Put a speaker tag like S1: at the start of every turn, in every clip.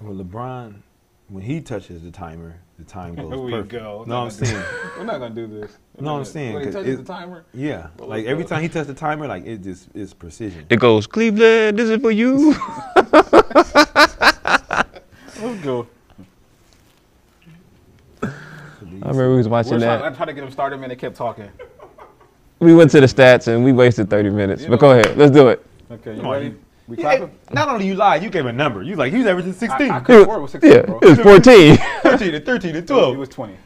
S1: Well, LeBron, when he touches the timer, the time goes
S2: Here we
S1: perfect.
S2: go.
S1: No, I'm
S2: Not gonna do-
S1: saying,
S2: We're not gonna do this.
S1: No,
S2: We're not
S1: I'm
S2: gonna-
S1: saying,
S2: When he
S1: 'cause
S2: touches the
S1: it-
S2: timer,
S1: yeah,
S2: Well,
S1: like
S2: let's
S1: every
S2: go.
S1: time he touches the timer, like it just it's precision.
S3: It goes, Cleveland, this is for you.
S2: let's go.
S3: I remember we was watching
S2: We're trying, I
S3: that.
S2: tried to get him started, man. They kept talking.
S3: We went to the stats and we wasted 30 minutes.
S2: You
S3: But
S2: know-
S3: go ahead, let's do it.
S1: Come
S2: Okay, you
S1: on,
S2: ready?
S1: you-
S2: We
S1: Yeah,
S2: clapping?
S1: not only you lied, you gave a number. You like he's averaging
S2: I,
S1: 16,
S2: I couldn't afford it with 16,
S3: Yeah,
S2: bro.
S3: it was 14.
S1: 13 to 13 to
S2: It
S1: 12.
S2: was 20.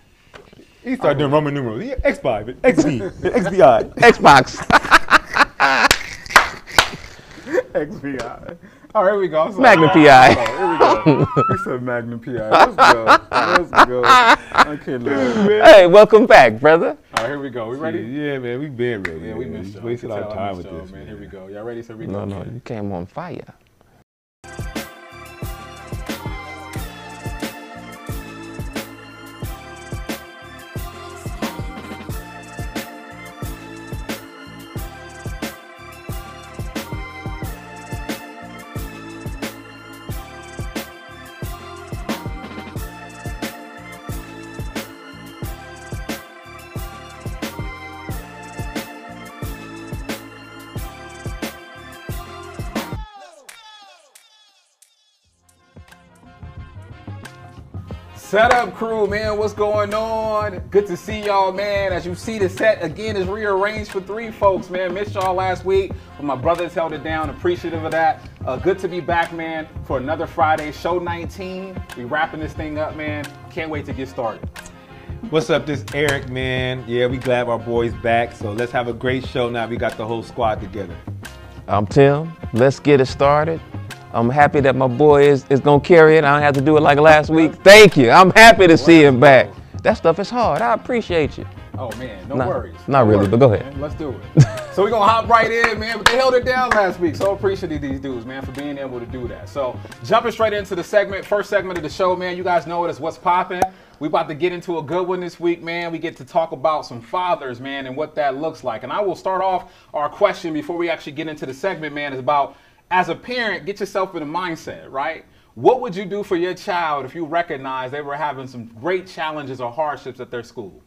S1: He started doing Roman numerals. Yeah, X5, and XB, and XBI.
S3: Xbox.
S2: XVI. All right, here we go. I'm sorry.
S3: Magnum
S2: Oh,
S3: PI.
S2: Here we go. We said Magnum PI. Let's go. Let's go. Okay, Lord.
S3: hey, welcome back, brother.
S2: All right, here we go. We ready?
S1: Yeah, man, we been ready.
S2: Yeah,
S1: man.
S2: we missed y'all.
S1: wasted
S2: You can
S1: our
S2: tell I
S1: time
S2: missed
S1: with
S2: y'all,
S1: this.
S2: man.
S1: man.
S2: Here we go. Y'all ready? So we
S3: No,
S2: go.
S3: no, you came on fire.
S2: Set up crew, man. What's going on? Good to see y'all, man. As you see, the set again is rearranged for three folks, man. Missed y'all last week, but my brothers held it down. Appreciative of that. Uh, good to be back, man, for another Friday, show 19. We wrapping this thing up, man. Can't wait to get started.
S1: What's up? This Eric, man. Yeah, we glad our boys back. So let's have a great show now. We got the whole squad together.
S3: I'm Tim. Let's get it started. I'm happy that my boy is, is gonna carry it. I don't have to do it like last week. Thank you. I'm happy to see him back. That stuff is hard. I appreciate you.
S2: Oh man, no
S3: Nah,
S2: worries.
S3: not
S2: No
S3: really,
S2: worries,
S3: but go ahead.
S2: man. Let's do it. so we're gonna hop right in, man. But they held it down last week. So appreciate these dudes, man, for being able to do that. So jumping straight into the segment, first segment of the show, man. You guys know it is what's popping. We about to get into a good one this week, man. We get to talk about some fathers, man, and what that looks like. And I will start off our question before we actually get into the segment, man, is about as a parent, get yourself in a mindset, right? What would you do for your child if you recognize they were having some great challenges or hardships at their school?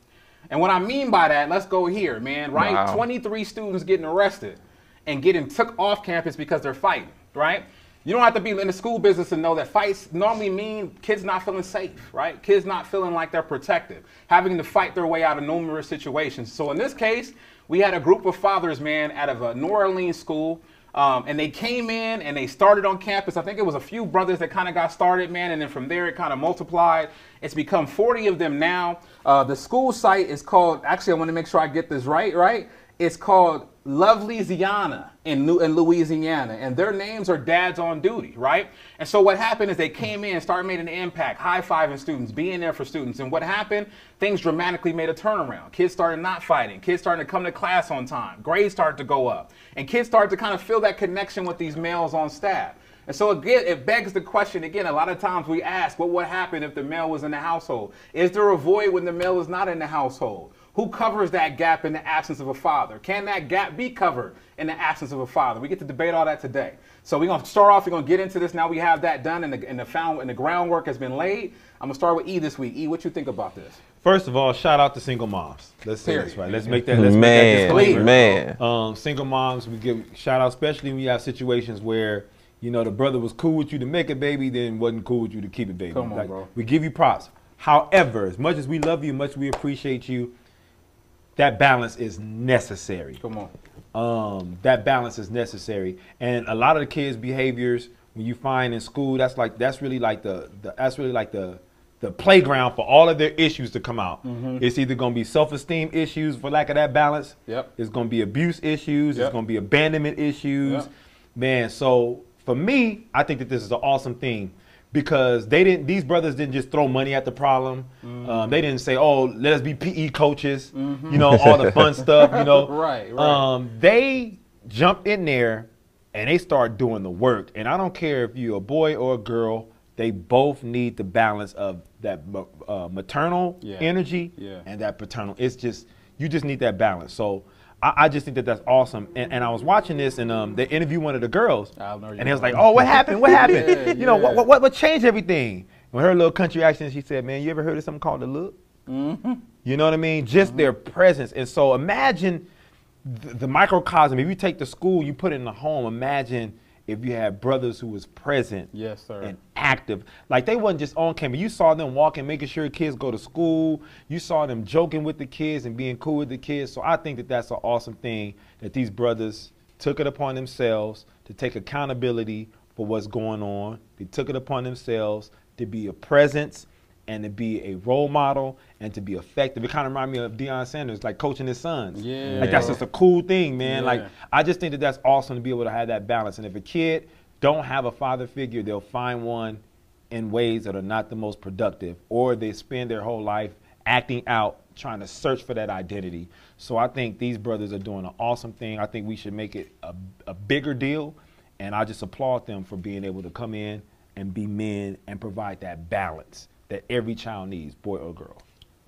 S2: And what I mean by that, let's go here, man, right?
S3: Wow.
S2: 23 students getting arrested and getting took off campus because they're fighting, right? You don't have to be in the school business to know that fights normally mean kids not feeling safe, right? Kids not feeling like they're protected, having to fight their way out of numerous situations. So in this case, we had a group of fathers, man, out of a New Orleans school um, and they came in and they started on campus. I think it was a few brothers that kind of got started, man, and then from there it kind of multiplied. It's become 40 of them now. Uh, the school site is called, actually, I want to make sure I get this right, right? It's called Lovely Ziana in, Lu- in Louisiana, and their names are Dads on Duty, right? And so what happened is they came in, started making an impact, high fiving students, being there for students. And what happened? Things dramatically made a turnaround. Kids started not fighting, kids started to come to class on time, grades started to go up, and kids started to kind of feel that connection with these males on staff. And so again, it begs the question again. A lot of times we ask, well, what happened if the male was in the household? Is there a void when the male is not in the household? Who covers that gap in the absence of a father? Can that gap be covered in the absence of a father? We get to debate all that today. So we're gonna start off. We're gonna get into this now. We have that done, and the and the, found, and the groundwork has been laid. I'm gonna start with E this week. E, what you think about this?
S1: First of all, shout out to single moms. Let's say this
S2: Period.
S1: right. Let's make that. Let's make that
S3: Man,
S1: disclaimer.
S3: man.
S1: Um, single moms, we give shout out, especially when you have situations where you know the brother was cool with you to make a baby, then wasn't cool with you to keep a baby.
S2: Come on, bro.
S1: We give you props. However, as much as we love you, much as we appreciate you, that balance is necessary
S2: Come on.
S1: um, that balance is necessary. And a lot of the kids' behaviors when you find in school, that's like that's really like the, the that's really like the the playground for all of their issues to come out.
S2: Mm-hmm.
S1: It's either gonna be self-esteem issues for lack of that balance.
S2: Yep.
S1: It's gonna be abuse issues.
S2: Yep.
S1: It's gonna be abandonment issues.
S2: Yep.
S1: Man, so for me, I think that this is an awesome thing because they didn't. These brothers didn't just throw money at the problem.
S2: Mm-hmm.
S1: Um, they didn't say, "Oh, let us be PE coaches." You know, all the fun stuff. You know,
S2: Right, right.
S1: Um, they jumped in there and they start doing the work. And I don't care if you're a boy or a girl. They both need the balance of that ma- uh, maternal
S2: Yeah.
S1: energy
S2: Yeah.
S1: and that paternal. It's just you just need that balance. So I, I just think that that's awesome. And, and I was watching this, and um, they interviewed one of the girls,
S2: I know you
S1: and it was
S2: know.
S1: like, "Oh, what happened? What happened?
S2: Yeah,
S1: you know, what
S2: yeah.
S1: what what, what changed everything?" When her little country accent, she said, "Man, you ever heard of something called the look?" You know what I mean? Just
S2: Mm-hmm.
S1: their presence. And so imagine the, the microcosm. If you take the school, you put it in the home. Imagine if you had brothers who was present
S2: Yes, sir.
S1: and active. Like they wasn't just on camera. You saw them walking, making sure kids go to school. You saw them joking with the kids and being cool with the kids. So I think that that's an awesome thing that these brothers took it upon themselves to take accountability for what's going on. They took it upon themselves to be a presence and to be a role model and to be effective. It kind of reminded me of Deion Sanders, like coaching his sons.
S2: Yeah.
S1: Like that's just a cool thing, man.
S2: Yeah.
S1: Like I just think that that's awesome to be able to have that balance. And if a kid don't have a father figure, they'll find one in ways that are not the most productive, or they spend their whole life acting out trying to search for that identity. So I think these brothers are doing an awesome thing. I think we should make it a, a bigger deal, and I just applaud them for being able to come in and be men and provide that balance that every child needs, boy or girl.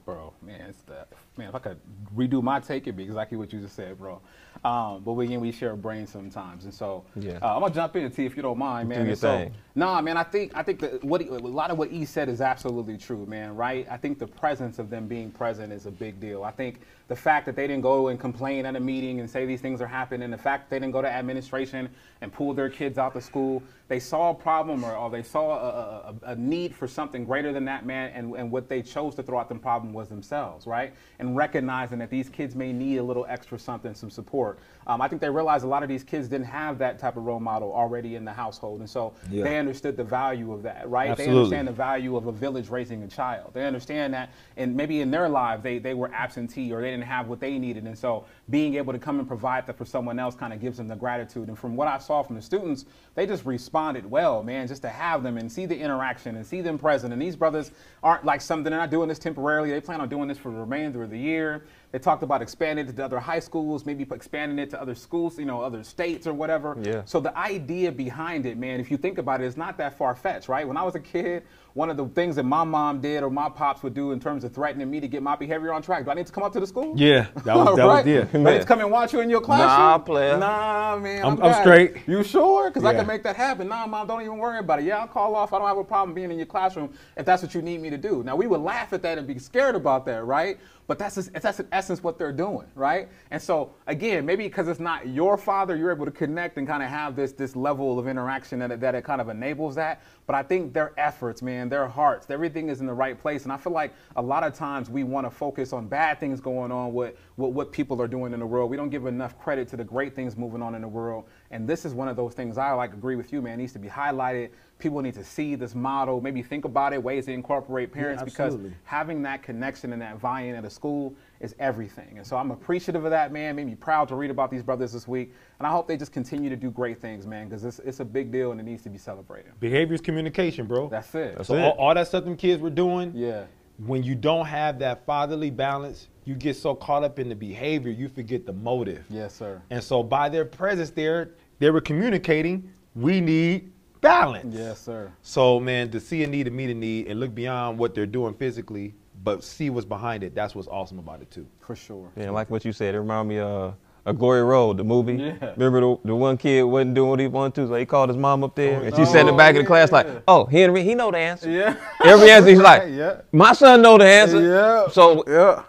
S2: bro. Man, it's the man. If I could redo my take, it'd be exactly what you just said, bro. Um, but we again, we share brains sometimes, and so
S1: Yeah.
S2: uh, I'm gonna jump in, T, if you don't mind, man.
S3: your
S2: And so,
S3: thing.
S2: Nah, man. I think I think that what he- a lot of what E said is absolutely true, man. Right? I think the presence of them being present is a big deal. I think the fact that they didn't go and complain at a meeting and say these things are happening, the fact that they didn't go to administration and pull their kids out to school, they saw a problem or, or they saw a, a- a, a need for something greater than that, man. And, and what they chose to throw out the problem was themselves, right? And recognizing that these kids may need a little extra something, some support. Um, I think they realized a lot of these kids didn't have that type of role model already in the household, and so
S1: Yeah.
S2: they understood the value of that, right? They
S1: Absolutely.
S2: understand the value of a village raising a child. They understand that, and maybe in their lives they, they were absentee or they didn't have what they needed, and so being able to come and provide that for someone else kind of gives them the gratitude. And from what I saw from the students, they just responded well, man. Just to have them and see the interaction and see them present. And these brothers aren't like some. They're not doing this temporarily. They plan on doing this for the remainder of the year. They talked about expanding it to other high schools, maybe expanding it to other schools, you know, other states or whatever.
S3: Yeah.
S2: So the idea behind it, man, if you think about it, it's not that far fetched, right? When I was a kid, one of the things that my mom did or my pops would do in terms of threatening me to get my behavior on track, do I need to come up to the school?
S1: Yeah, that was- that was-
S2: right?
S1: yeah.
S2: Do I need to come and watch you in your classroom?
S3: player.
S2: Nah, man.
S1: I'm-
S2: I'm,
S1: I'm
S2: good.
S1: straight.
S2: You sure? Because I
S1: Yeah.
S2: can make that happen. Nah, mom, don't even worry about it. Yeah, I'll call off. I don't have a problem being in your classroom if that's what you need me to do. Now, we would laugh at that and be scared about that, right? But that's just, that's in essence what they're doing, right? And so, again, maybe because it's not your father, you're able to connect and kind of have this this level of interaction that it, that it kind of enables that. But I think their efforts, man, their hearts, everything is in the right place. And I feel like a lot of times we want to focus on bad things going on, what, what what people are doing in the world. We don't give enough credit to the great things moving on in the world. And this is one of those things I like agree with you, man. It needs to be highlighted. People need to see this model, maybe think about it, ways to incorporate parents because
S1: absolutely.
S2: having that connection and that buy-in at a school is everything. And so I'm appreciative of that, man. Made me proud to read about these brothers this week. And I hope they just continue to do great things, man, because it's, it's a big deal and it needs to be celebrated.
S1: Behavior is communication, bro.
S2: That's it.
S1: so all, all that stuff them kids were doing.
S2: yeah.
S1: when you don't have that fatherly balance, you get so caught up in the behavior, you forget the motive.
S2: Yes, sir.
S1: And so by their presence there, they were communicating, we need balance.
S2: Yes, sir.
S1: So man, to see a need and meet a need and look beyond what they're doing physically, but see what's behind it, that's what's awesome about it too.
S2: For sure.
S3: Yeah, like what you said, it reminded me of a Glory Road, the movie.
S2: Yeah.
S3: Remember the, the one kid wasn't doing what he wanted to, so he called his mom up there, and she
S2: Oh,
S3: sat in the back of the class like,
S2: yeah.
S3: "Oh, Henry, he know the answer.
S2: Yeah.
S3: Every answer he's like,
S2: Right, yeah.
S3: my son know the answer.
S2: Yeah.
S3: So
S2: Yeah.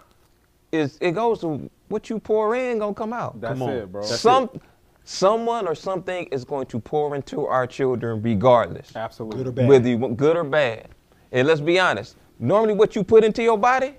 S3: it's, it goes to what you pour in gonna come out.
S2: That's
S1: on.
S2: it, bro.
S3: Some, someone or something is going to pour into our children regardless,
S2: Absolutely.
S1: Good or bad.
S3: whether you want good or bad. And let's be honest, normally what you put into your body,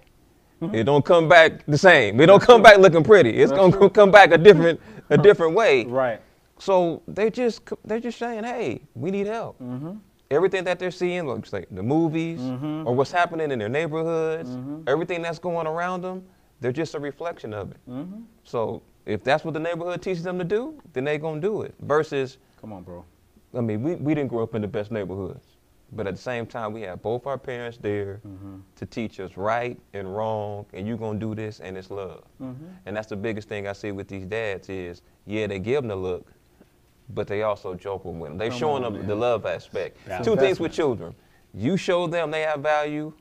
S3: it don't come back the same. It don't come back looking pretty. It's
S2: Mm-hmm. That's
S3: gonna
S2: true.
S3: come back a different, a different way.
S2: Right.
S3: So they just c- they're just saying, hey, we need help.
S2: Mm-hmm.
S3: Everything that they're seeing, like say, the movies or what's happening in their neighborhoods,
S2: Mm-hmm.
S3: everything that's going around them, they're just a reflection of it.
S2: Mm-hmm.
S3: So if that's what the neighborhood teaches them to do, then they're gonna do it. Versus,
S2: Come on, bro.
S3: I mean, we, we didn't grow up in the best neighborhoods, but at the same time, we had both our parents there
S1: Mm-hmm.
S3: to teach us right and wrong, and you're gonna do this, and it's love.
S1: Mm-hmm.
S3: And that's the biggest thing I see with these dads is, yeah, they give them the look, but they also joking with them. They showing them the love aspect.
S1: That's
S3: Two things with children: you show them they have value,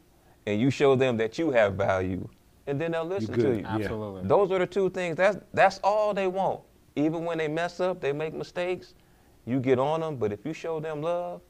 S3: and you show them that you have value, and then they'll listen
S1: good.
S3: to you.
S2: Absolutely.
S3: Those are the two things. That's that's all they want. Even when they mess up, they make mistakes. You get on them, but if you show them love,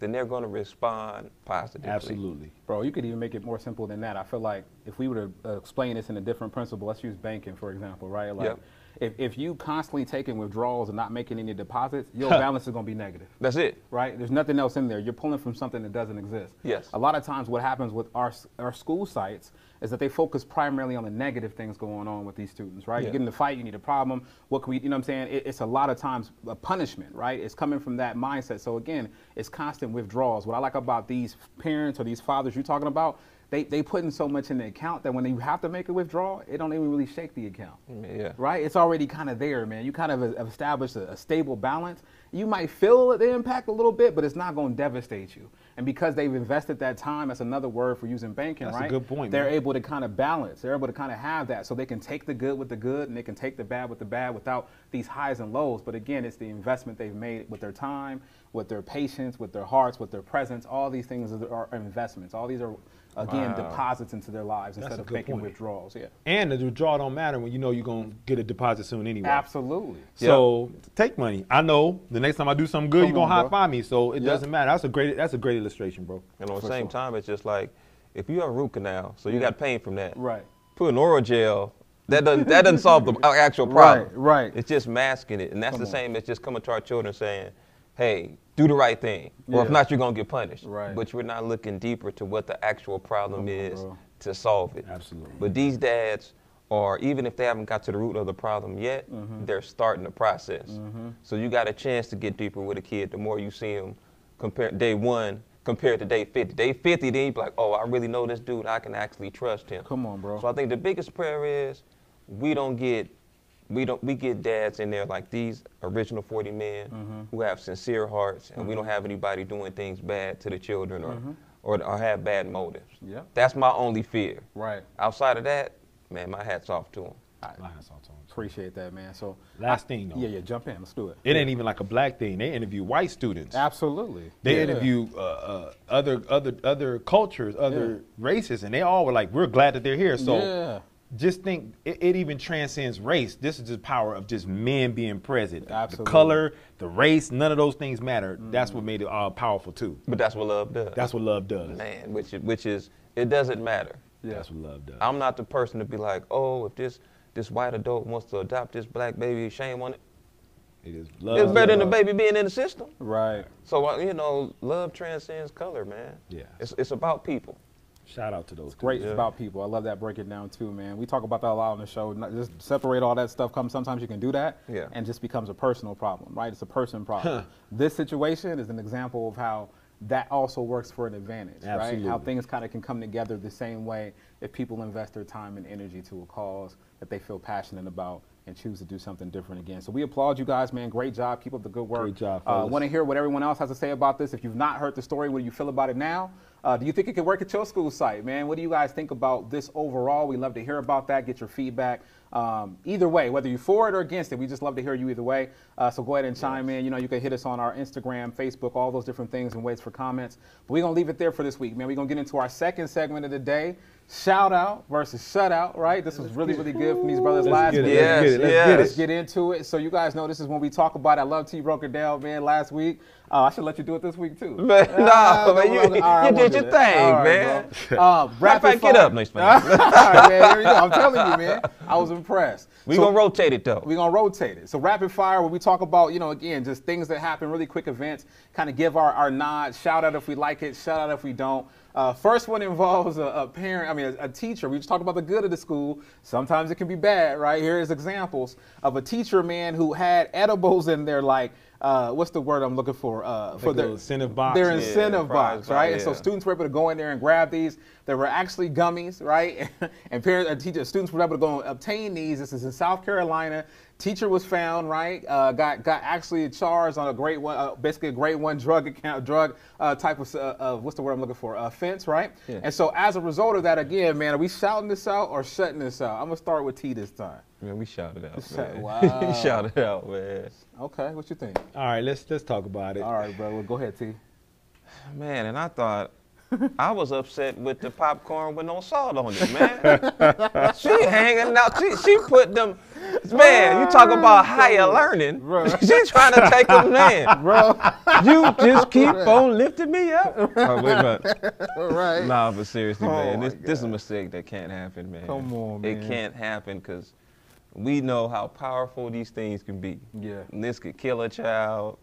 S3: then they're going to respond positively.
S1: Absolutely.
S2: Bro, you could even make it more simple than that. I feel like if we were to uh, explain this in a different principle, let's use banking, for example, right? Like,
S3: Yep.
S2: if, if you constantly taking withdrawals and not making any deposits, your balance is going to be negative.
S3: That's it.
S2: right? There's nothing else in there. You're pulling from something that doesn't exist.
S3: Yes.
S2: A lot of times, what happens with our s- our school sites is that they focus primarily on the negative things going on with these students, right? You
S3: Yeah.
S2: get in a fight, you need a problem. What can we, you know, what I'm saying? It, it's a lot of times a punishment, right? It's coming from that mindset. So again, it's constant withdrawals. What I like about these parents or these fathers you're talking about. They, they putting so much in the account that when they have to make a withdrawal, it don't even really shake the account
S3: Yeah.
S2: right? It's already kind of there, man. You kind of have established a, a stable balance. You might feel the impact a little bit, but it's not going to devastate you. And because they've invested that time, that's another word for using banking,
S1: That's a
S2: right?
S1: good point,
S2: They're
S1: man.
S2: able to kind of balance. They're able to kind of have that, so they can take the good with the good, and they can take the bad with the bad without these highs and lows. But again, it's the investment they've made with their time, with their patience, with their hearts, with their presence. All these things are, are investments. All these are, again, deposits into their lives
S1: That's
S2: instead
S1: a
S2: of
S1: good
S2: making
S1: point.
S2: withdrawals. Yeah,
S1: And the withdrawal don't matter when you know you're gonna get a deposit soon anyway.
S2: absolutely.
S1: So take money. I know the next time I do something good,
S2: Come
S1: you're gonna
S2: on,
S1: high
S2: bro.
S1: five me. So it
S2: Yeah.
S1: doesn't matter. That's a great that's a great illustration, bro.
S3: And on the
S2: For
S3: same
S2: sure.
S3: time, it's just like if you have a root canal, so you got pain from that.
S2: Right.
S3: Put an oral gel. That doesn't that doesn't solve the our actual problem.
S2: right.
S3: It's just masking it, and that's
S2: Come
S3: the
S2: on.
S3: same as just coming to our children saying, "Hey, do the right thing, or if
S2: Yeah.
S3: not, you're gonna get punished."
S2: Right.
S3: But we're not looking deeper to what the actual problem
S2: Come on,
S3: is
S2: bro.
S3: to solve it.
S1: Absolutely.
S3: But these dads. Or even if they haven't got to the root of the problem yet,
S2: Mm-hmm.
S3: they're starting the process. So you got a chance to get deeper with a kid. The more you see them, compare day one compared to day 50. Day 50, then you be like, oh, I really know this dude. I can actually trust him.
S2: Come on, bro.
S3: So I think the biggest prayer is we don't get we don't we get dads in there like these original 40 men who have sincere hearts and we don't have anybody doing things bad to the children or or, or have bad motives.
S2: Yeah.
S3: That's my only fear.
S2: Right.
S3: Outside of that, man, my hat's off to them.
S1: Line us all time.
S2: Appreciate that, man. So
S1: Last thing though.
S2: yeah, yeah, jump in. Let's do it.
S1: It ain't even like a black thing. They interview white students.
S2: Absolutely.
S1: They
S2: Yeah.
S1: interview uh, uh, other other other cultures, other races, and they all were like, "We're glad that they're here." So,
S2: Yeah.
S1: just think it, it even transcends race. This is the power of just men being present. The- The
S2: Absolutely. Mm.
S1: color, the race, none of those things matter. That's what made it all powerful too.
S3: But that's what love does.
S1: That's what love does.
S3: man, which is- which is it doesn't matter.
S2: Yeah.
S1: That's what love does.
S3: I'm not the person to be like, oh, if this this white adult wants to adopt this black baby, shame on it.
S1: It is love.
S3: it's better than the
S1: love.
S3: baby being in the system.
S2: Right.
S3: So uh, you know, love transcends color, man.
S1: Yeah.
S3: it's it's about people.
S1: Shout out to those.
S2: Great.
S1: dudes.
S2: It's about people. I love that. Break it down too, man. We talk about that a lot on the show. Not- Just separate all that stuff. Come. Sometimes you can do that.
S3: Yeah.
S2: And just becomes a personal problem, right? It's a person problem. This situation is an example of how that also works for an advantage, right? How
S1: Absolutely.
S2: things kind of can come together the same way if people invest their time and energy to a cause that they feel passionate about and choose to do something different again. So we applaud you guys, man. Great job. Keep up the good work.
S1: Great job,
S2: Uh,
S1: fellas.
S2: Want to hear what everyone else has to say about this? If you've not heard the story, what do you feel about it now? Uh, do you think it could work at your school site, man? What do you guys think about this overall? We love to hear about that. Get your feedback. Um, either way, whether you're for it or against it, we just love to hear you either way. Uh, so go ahead and chime in. You know, you can hit us on our Instagram, Facebook, all those different things and ways for comments. But we're gonna leave it there for this week, man. We're gonna get into our second segment of the day: shout out versus shutout. Right? This was really, really good from these brothers
S1: Let's
S2: last
S1: get it.
S2: week.
S1: Let's get it. Let's
S3: Yes,
S1: get
S2: Let's
S1: it.
S2: get into it. So you guys know this is when we talk about I love T broke it down, man. Last week, uh, I should let you do it this week too.
S3: Man, nah, man, you-
S2: okay. All
S3: you
S2: I won't
S3: did
S2: do
S3: your
S2: that.
S3: thing,
S2: All right,
S3: man.
S2: bro. Uh,
S3: Matter of
S2: rapid
S3: fact, get
S2: fire.
S3: up, nice man.
S2: All right, man. Here we go. I'm telling you, man. I was impressed.
S3: We
S2: So-
S3: gonna rotate it though.
S2: we're gonna rotate it. So rapid fire, where we talk about, you know, again, just things that happen, really quick events, kind of give our, our nod, shout out if we like it, shout out if we don't. Uh, first one involves a, a parent, I mean, a, a teacher. We just talked about the good of the school. Sometimes it can be bad, right? Here is examples of a teacher, man, who had edibles in their like, uh, what's the word I'm looking for? Uh, for
S1: a
S2: their
S1: little incentive box.
S2: Their
S1: Yeah,
S2: incentive
S3: prize
S2: box,
S3: box,
S2: right? And so
S3: yeah.
S2: students were able to go in there and grab these. There were actually gummies, right? and parents and teachers, students were able to go and obtain these. This is in South Carolina. Teacher was found, right? Uh, got got actually charged on a grade one, uh, basically a grade one drug account, drug uh, type of uh, uh, what's the word I'm looking for? Offense, right?
S3: Yeah.
S2: And so as a result of that, again, man, are we shouting this out or shutting this out? I'm gonna start with T this time.
S3: Man, we shout it out,
S2: Shout-
S3: man.
S2: wow.
S3: shout it out, man.
S2: Okay, what you think?
S1: All right, let's let's talk about it.
S2: All right, bro. Well, go ahead, T.
S3: Man, and I thought I was upset with the popcorn with no salt on it, man. she hanging out. She, she put them. Man, you talk about higher learning.
S2: Bro.
S3: She trying to take them man.
S2: bro.
S3: You just keep on lifting me up. Oh, wait a minute.
S2: All right.
S3: Nah, but seriously, man,
S2: Oh my
S3: this, this is a mistake that can't happen, man.
S2: Come on,
S3: It
S2: man.
S3: can't happen because we know how powerful these things can be.
S2: Yeah.
S3: And this could kill a child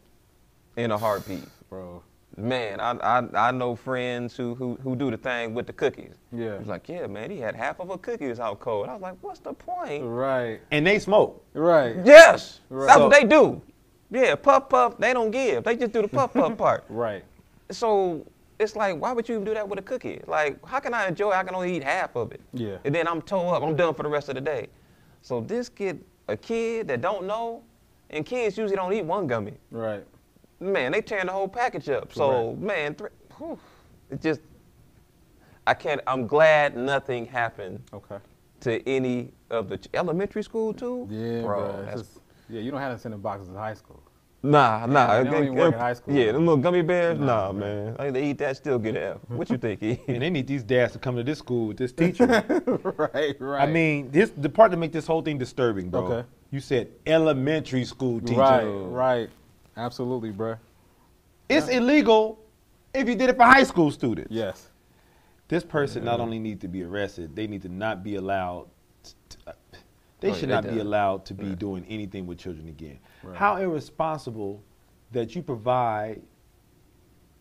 S3: in a heartbeat.
S2: Bro.
S3: Man, I, I I know friends who who who do the thing with the cookies.
S2: Yeah.
S3: It was like, yeah, man, he had half of a cookie was out cold. I was like, what's the point?
S2: Right.
S1: And they smoke.
S2: Right.
S3: Yes,
S2: Right.
S3: that's what they do. Yeah, puff puff, they don't give. They just do the puff puff part.
S2: Right.
S3: So it's like, why would you even do that with a cookie? Like, how can I enjoy? it? I can only eat half of it.
S2: Yeah.
S3: And then I'm toe up. I'm done for the rest of the day. So this kid, a kid that don't know, and kids usually don't eat one gummy.
S2: Right.
S3: Man, they tearing the whole package up. So man, th- whew, it just, I can't. I'm glad nothing happened
S2: Okay.
S3: to any of the ch- elementary school too.
S2: Yeah,
S3: Bro,
S2: bro. it's
S3: that's-
S2: just- yeah, you don't have to send in boxes in high school.
S3: Nah, nah.
S2: they don't
S3: they-
S2: even work in high school.
S3: Yeah, them little gummy bears. Nah, man. Like they eat that, still get an F. What you think? E?
S1: And they need these dads to come to this school with this teacher.
S2: right. Right.
S1: I mean, this the part that make this whole thing disturbing, bro.
S2: Okay.
S1: You said elementary school teacher.
S2: Right. Right. Absolutely, bro.
S1: It's illegal if you did it for high school students.
S2: Yes.
S1: This person not only need to be arrested, they need to not be allowed. t- t- uh, they
S3: Oh,
S1: should
S3: yeah,
S1: not
S3: they
S1: be
S3: do.
S1: allowed to be doing anything with children again.
S2: Right.
S1: How irresponsible that you provide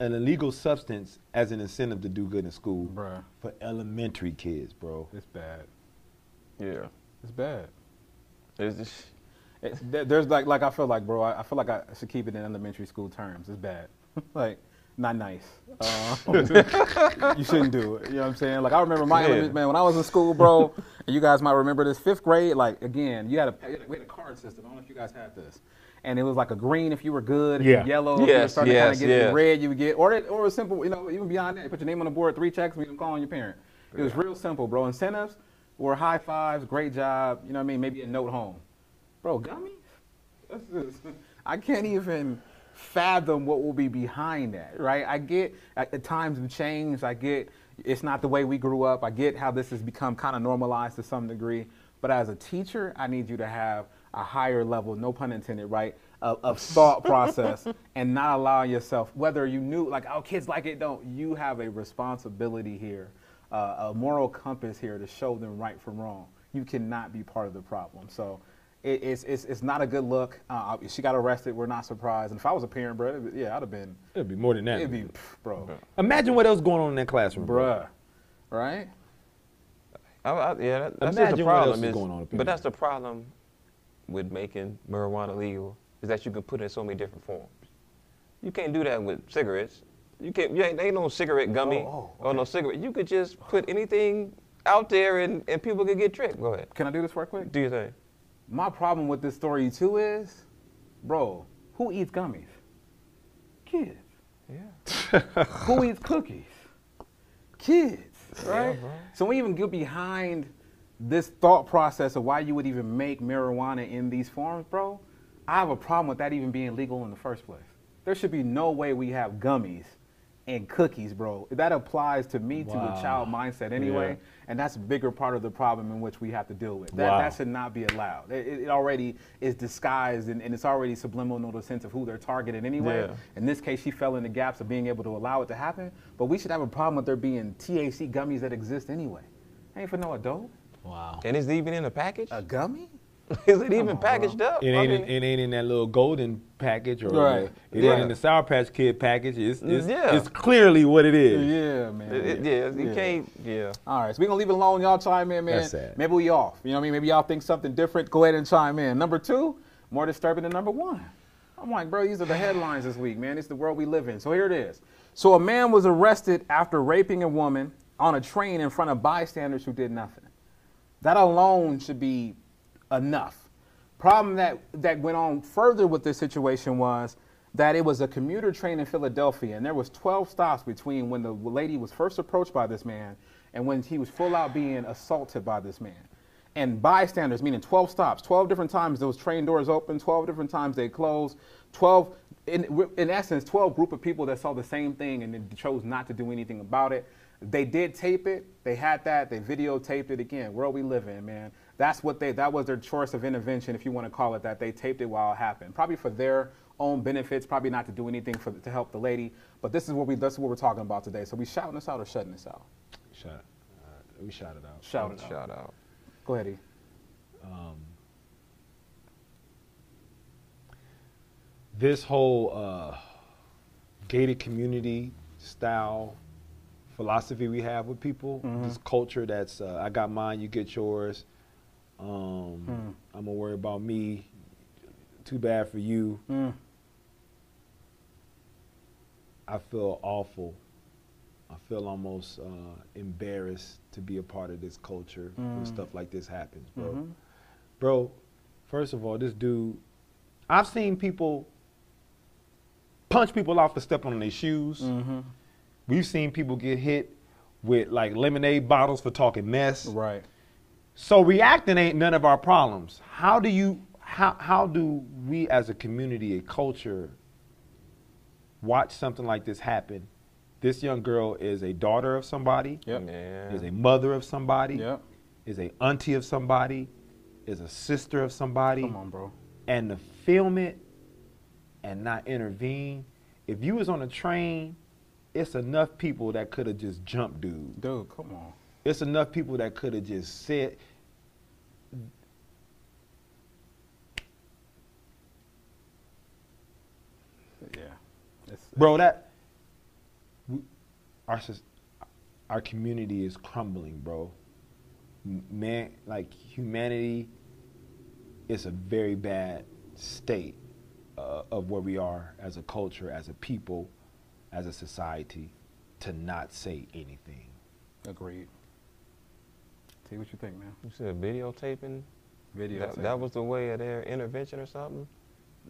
S1: an illegal substance as an incentive to do good in school
S2: Bruh.
S1: for elementary kids, bro.
S2: It's bad.
S3: Yeah.
S2: It's bad.
S3: It's just,
S2: It, there- there's like, like I feel like, bro. I, I feel like I should keep it in elementary school terms. It's bad. like, not nice. Uh, you shouldn't do it. You know what I'm saying? Like, I remember my
S3: Yeah.
S2: element, man. When I was in school, bro, and you guys might remember this. Fifth grade, like again, you had a we had a card system. I don't know if you guys had this. And it was like a green if you were good,
S1: Yeah.
S2: yeah. yellow if you were
S3: Yes,
S2: starting
S3: yes,
S2: to kind of get
S3: yes.
S2: red, you would get, or it, or a simple, you know, even beyond that, you put your name on the board, three checks, we can call on your parent. It was real simple, bro. Incentives were high fives, great job, you know what I mean? Maybe a note home. Bro, gummy? This is- I can't even fathom what will be behind that, right? I get at, at times have changed. I get it's not the way we grew up. I get how this has become kind of normalized to some degree. But as a teacher, I need you to have a higher level, no pun intended, right, of, of thought process and not allow yourself, whether you knew, like, oh, kids like it, don't, you have a responsibility here, uh, a moral compass here to show them right from wrong. You cannot be part of the problem. So it, it's, it's it's not a good look. Uh, I- she got arrested. We're not surprised. And if I was a parent, bro, it'd be, yeah, I'd have been.
S1: It'd be more than that.
S2: It'd be, pff, bro,
S1: Imagine what else going on in that classroom, bro.
S2: bruh, right?
S3: I, I, yeah, that, that's just the
S1: Imagine what else
S3: problem.
S1: is
S3: is-
S1: going on up in
S3: but that's
S1: there.
S3: the problem with making marijuana legal is that you can put it in so many different forms. You can't do that with cigarettes. You can't. You ain't, there ain't no cigarette gummy
S2: Oh,
S3: or no cigarette. You could just put anything out there and, and people could get tricked. Go ahead.
S2: Can I do this real quick?
S3: Do your thing.
S2: My problem with this story too is, bro, who eats gummies? Kids. Yeah. who eats cookies? Kids, right?
S1: Uh-huh.
S2: so we even get behind this thought process of why you would even make marijuana in these forms, bro. I have a problem with that even being legal in the first place. There should be no way we have gummies and cookies, bro. That applies to me to
S1: Wow.
S2: a child mindset anyway, and that's a bigger part of the problem in which we have to deal with. That,
S1: Wow.
S2: that should not be allowed. It, it- it already is disguised and, and it's already subliminal to the sense of who they're targeting anyway.
S3: Yeah.
S2: In this case, she fell in the gaps of being able to allow it to happen, but we should have a problem with there being THC gummies that exist anyway. Ain't for no adult.
S1: Wow.
S3: And is it even in a package?
S1: Uh,
S2: A gummy?
S3: is it even packaged up?
S1: It
S3: I
S1: ain't, in,
S3: mean,
S1: it ain't in that little golden package or
S2: Right.
S1: the- it ain't
S3: Yeah.
S1: in the Sour Patch Kid package. It's, it's,
S3: Yeah.
S1: it's clearly what it is.
S2: Yeah, man.
S3: it- it- yeah, you can't. Yeah.
S2: All right, so we're gonna leave it alone. Y'all chime in, man.
S1: That's sad.
S2: Maybe we off. You know what I mean? Maybe y'all think something different. Go ahead and chime in. Number two, more disturbing than number one. I'm like, bro, these are the headlines this week, man. It's the world we live in. So here it is. So a man was arrested after raping a woman on a train in front of bystanders who did nothing. That alone should be enough. Problem that, that went on further with this situation was that it was a commuter train in Philadelphia, and there was 12 stops between when the lady was first approached by this man and when he was full out being assaulted by this man. And bystanders, meaning 12 stops, 12 different times those train doors open, 12 different times they close, 12, in, in essence, 12 group of people that saw the same thing and then chose not to do anything about it. They did tape it. They had that. They videotaped it again. Where we live in, man? That's what they, that was their choice of intervention, if you want to call it that. They taped it while it happened, probably for their own benefits, probably not to do anything for, to help the lady. But this is what we, this is what we're talking about today. So we shouting this out or shutting this out?
S1: Shut. Uh, we shout it out.
S2: Shout it out.
S3: Shout out.
S2: Go ahead, E.
S1: this whole uh, gated community style philosophy we have with people, this culture that's uh, I got mine, you get yours. Um, I'm gonna worry about me. Too bad for you. I feel awful. I feel almost uh, embarrassed to be a part of this culture when stuff like this happens, bro. Bro, first of all, this dude, I've seen people punch people off for stepping on their shoes. We've seen people get hit with like lemonade bottles for talking mess.
S2: Right.
S1: So reacting ain't none of our problems. How do you how how do we as a community, a culture, watch something like this happen? This young girl is a daughter of somebody,
S2: Yep.
S3: Yeah.
S1: is a mother of somebody,
S2: Yep.
S1: is a auntie of somebody, is a sister of somebody
S2: Come on, bro.
S1: and to film it and not intervene. If you was on a train, it's enough people that could have just jumped, dude.
S2: Dude, come on.
S1: It's enough people that could have just said.
S2: Yeah. It's,
S1: Bro, that w- our sus- our community is crumbling, bro. M- Man, like humanity is a very bad state uh, of where we are as a culture, as a people, as a society to not say anything.
S2: agreed. See what you think, man.
S3: You said videotaping?
S2: Video.
S3: That, that was the way of their intervention or something?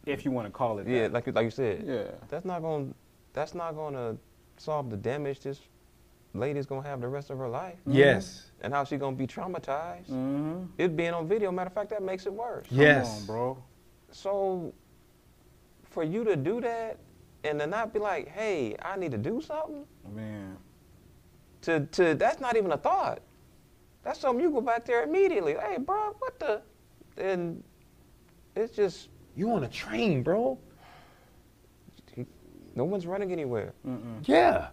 S2: if you want to call it
S3: Yeah,
S2: that.
S3: like you like you said.
S2: Yeah.
S3: That's not gonna that's not gonna solve the damage this lady's gonna have the rest of her life.
S1: Yes.
S3: And how she gonna be traumatized.
S2: Mm-hmm.
S3: It being on video, matter of fact, that makes it worse.
S1: Yes.
S2: Come on, bro.
S3: So for you to do that and to not be like, hey, I need to do something,
S2: Man.
S3: to to that's not even a thought. That's something you go back there immediately. Hey, bro, what the? And it's just
S1: You on a train, bro?
S3: no one's running anywhere.
S1: Yeah.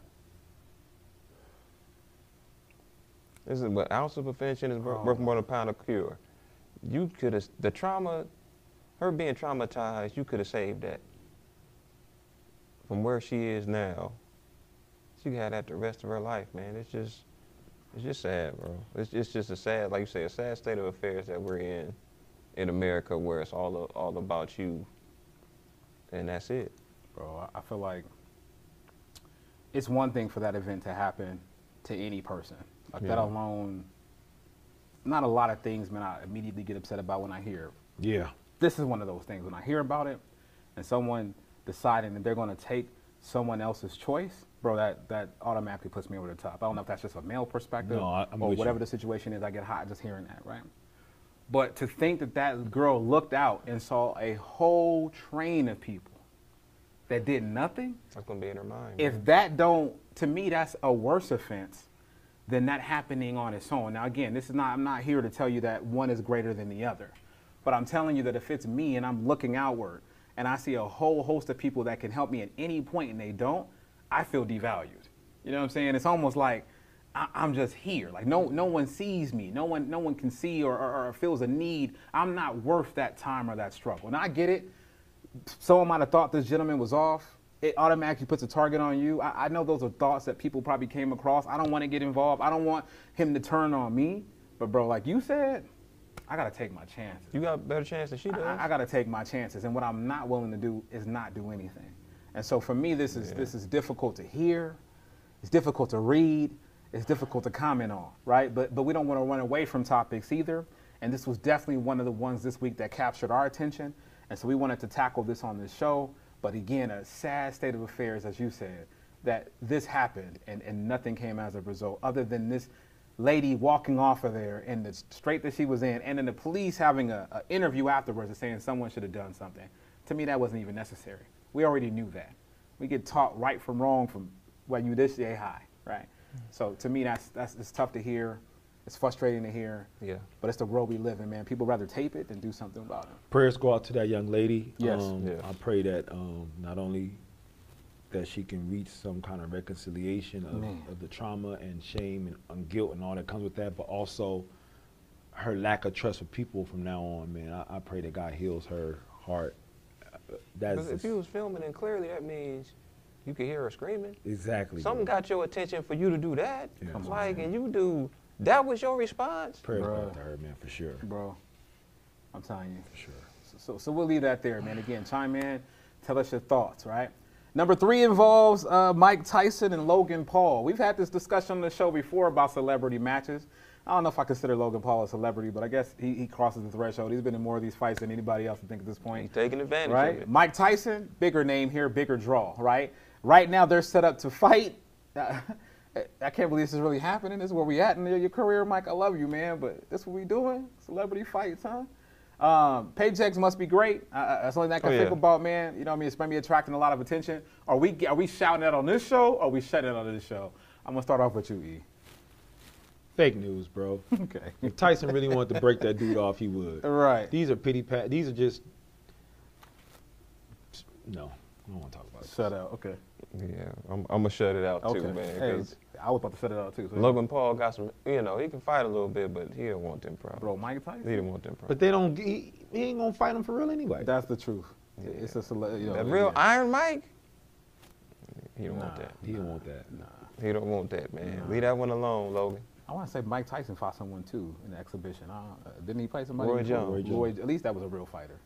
S3: This is an ounce of prevention is wor-
S2: Oh.
S3: worth more than a pound of cure. You could have the trauma, her being traumatized. You could have saved that. From where she is now, she had that the rest of her life, man. It's just, it's just sad, bro. It's it's just a sad, like you say, a sad state of affairs that we're in, in America, where it's all a- all about you, and that's it.
S2: Bro, I I feel like it's one thing for that event to happen to any person. Like that
S3: Yeah.
S2: alone, not a lot of things, man, I immediately get upset about when I hear
S1: Yeah.
S2: this is one of those things when I hear about it and someone deciding that they're going to take someone else's choice, bro, that, that automatically puts me over the top. I don't know if that's just a male perspective
S1: No, I- I'm
S2: or
S1: with
S2: whatever
S1: you.
S2: the situation is. I get hot just hearing that, right? But to think that that girl looked out and saw a whole train of people that did nothing,
S3: That's gonna be in her mind. man.
S2: if that don't to me that's a worse offense than that happening on its own now again this is not i'm not here to tell you that one is greater than the other but i'm telling you that if it's me and i'm looking outward and i see a whole host of people that can help me at any point and they don't i feel devalued you know what i'm saying it's almost like I- I'm just here. Like no, no one sees me. No one, no one can see or, or, or feels a need. I'm not worth that time or that struggle. And I get it someone might have thought this gentleman was off. It automatically puts a target on you. I, I know those are thoughts that people probably came across. I don't want to get involved. I don't want him to turn on me. But bro, like you said, I gotta take my chances.
S3: you got a better chance than she does.
S2: I, I gotta take my chances. And what I'm not willing to do is not do anything. And so for me, this is this is difficult to hear. It's difficult to read. It's difficult to comment on, right? But but we don't want to run away from topics either. And this was definitely one of the ones this week that captured our attention. And so we wanted to tackle this on this show. But again, a sad state of affairs, as you said, that this happened and, and nothing came as a result other than this lady walking off of there in the straight that she was in, and then the police having a, a interview afterwards and saying someone should have done something. To me, that wasn't even necessary. We already knew that. We get taught right from wrong from when you this day high, right? So to me, that's that's it's tough to hear. It's frustrating to hear.
S3: Yeah.
S2: But it's the world we live in, man. People rather tape it than do something about it.
S1: Prayers go out to that young lady.
S2: Yes.
S1: Um,
S3: Yeah.
S1: I pray that um, not only that she can reach some kind of reconciliation of, of the trauma and shame and, and guilt and all that comes with that, but also her lack of trust with people from now on, man. I, I pray that God heals her heart. Uh, That's
S3: Because if you was filming, then clearly that means you could hear her screaming.
S1: exactly.
S3: Something
S1: bro.
S3: got your attention for you to do that.
S1: Yeah. Come on,
S3: Like, and you do, that was your response?
S1: Prayers go
S2: Bruh.
S1: out to her, man, for sure.
S2: Bro, I'm telling you.
S1: For sure.
S2: So, so we'll leave that there, man. Again, chime in, tell us your thoughts, right? Number three involves uh, Mike Tyson and Logan Paul. We've had this discussion on the show before about celebrity matches. I don't know if I consider Logan Paul a celebrity, but I guess he, he crosses the threshold. He's been in more of these fights than anybody else, I think, at this point.
S3: He's taking advantage of
S2: Right?
S3: it.
S2: Mike Tyson, bigger name here, bigger draw, right? Right now, they're set up to fight. I can't believe this is really happening. This is where we at in your your career, Mike. I love you, man, but this what we doing? Celebrity fights, huh? Um, paychecks must be great. I, I, that's the only thing I can
S3: Oh, yeah.
S2: think about, man. You know, what I mean, it's maybe attracting a lot of attention. Are we are we shouting that on this show? Or are we shutting it on this show? I'm gonna start off with you, E.
S1: Fake news, bro.
S2: Okay.
S1: if Tyson really wanted to break that dude off, he would.
S2: Right.
S1: These are pity pat. These are just. No, I don't want to talk about it.
S2: Shut out. Okay.
S3: Yeah, I'm, I'm going to shut it out
S2: Okay.
S3: too, man.
S2: Hey,
S3: 'cause
S2: I was about to shut it out too. So
S3: Logan Paul got some, you know, he can fight a little bit, but he didn't want them problems.
S2: bro, Mike Tyson.
S3: He didn't want them problems.
S1: But they don't. He, he ain't gonna fight him for real anyway.
S2: That's the truth. It's a cele- you know,
S3: that real
S2: yeah.
S3: Iron Mike, he don't want
S2: Nah.
S3: that.
S1: he don't want that.
S3: He don't want that, man. Leave that one alone, Logan.
S2: I want to say Mike Tyson fought someone too in the exhibition. I don't- uh, didn't he fight somebody?
S3: Roy
S2: before?
S3: Jones. Roy
S1: Jones.
S2: Roy- at least that was a real fighter,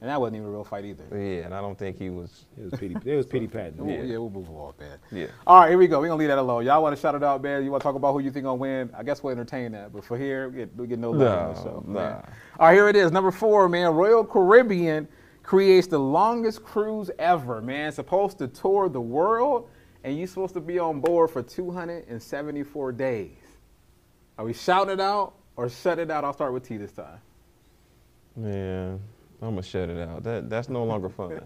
S2: and that wasn't even a real fight either.
S3: Yeah, and I don't think he was.
S1: It was pity. It was pity patting.
S2: We'll-
S3: Yeah.
S2: Yeah. we'll move on, man.
S3: Yeah.
S2: All right, here we go. We're gonna leave that alone. Y'all want to shout it out, man? You want to talk about who you think gonna win? I guess we'll entertain that. But for here, we get, we get no love on the
S3: No,
S2: show.
S3: nah.
S2: man. All right, here it is. Number four, man. Royal Caribbean creates the longest cruise ever, man. Supposed to tour the world, and you're supposed to be on board for 274 days. Are we shouting it out or shut it out? I'll start with T this time.
S3: Man, I'm gonna shut it out. That that's no longer fun.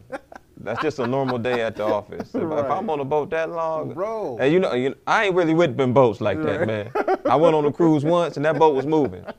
S3: that's just a normal day at the office. If, if I'm on a boat that long,
S2: Bro.
S3: and you know, you I ain't really whipping boats like that, man. I went on a cruise once, and that boat was moving. I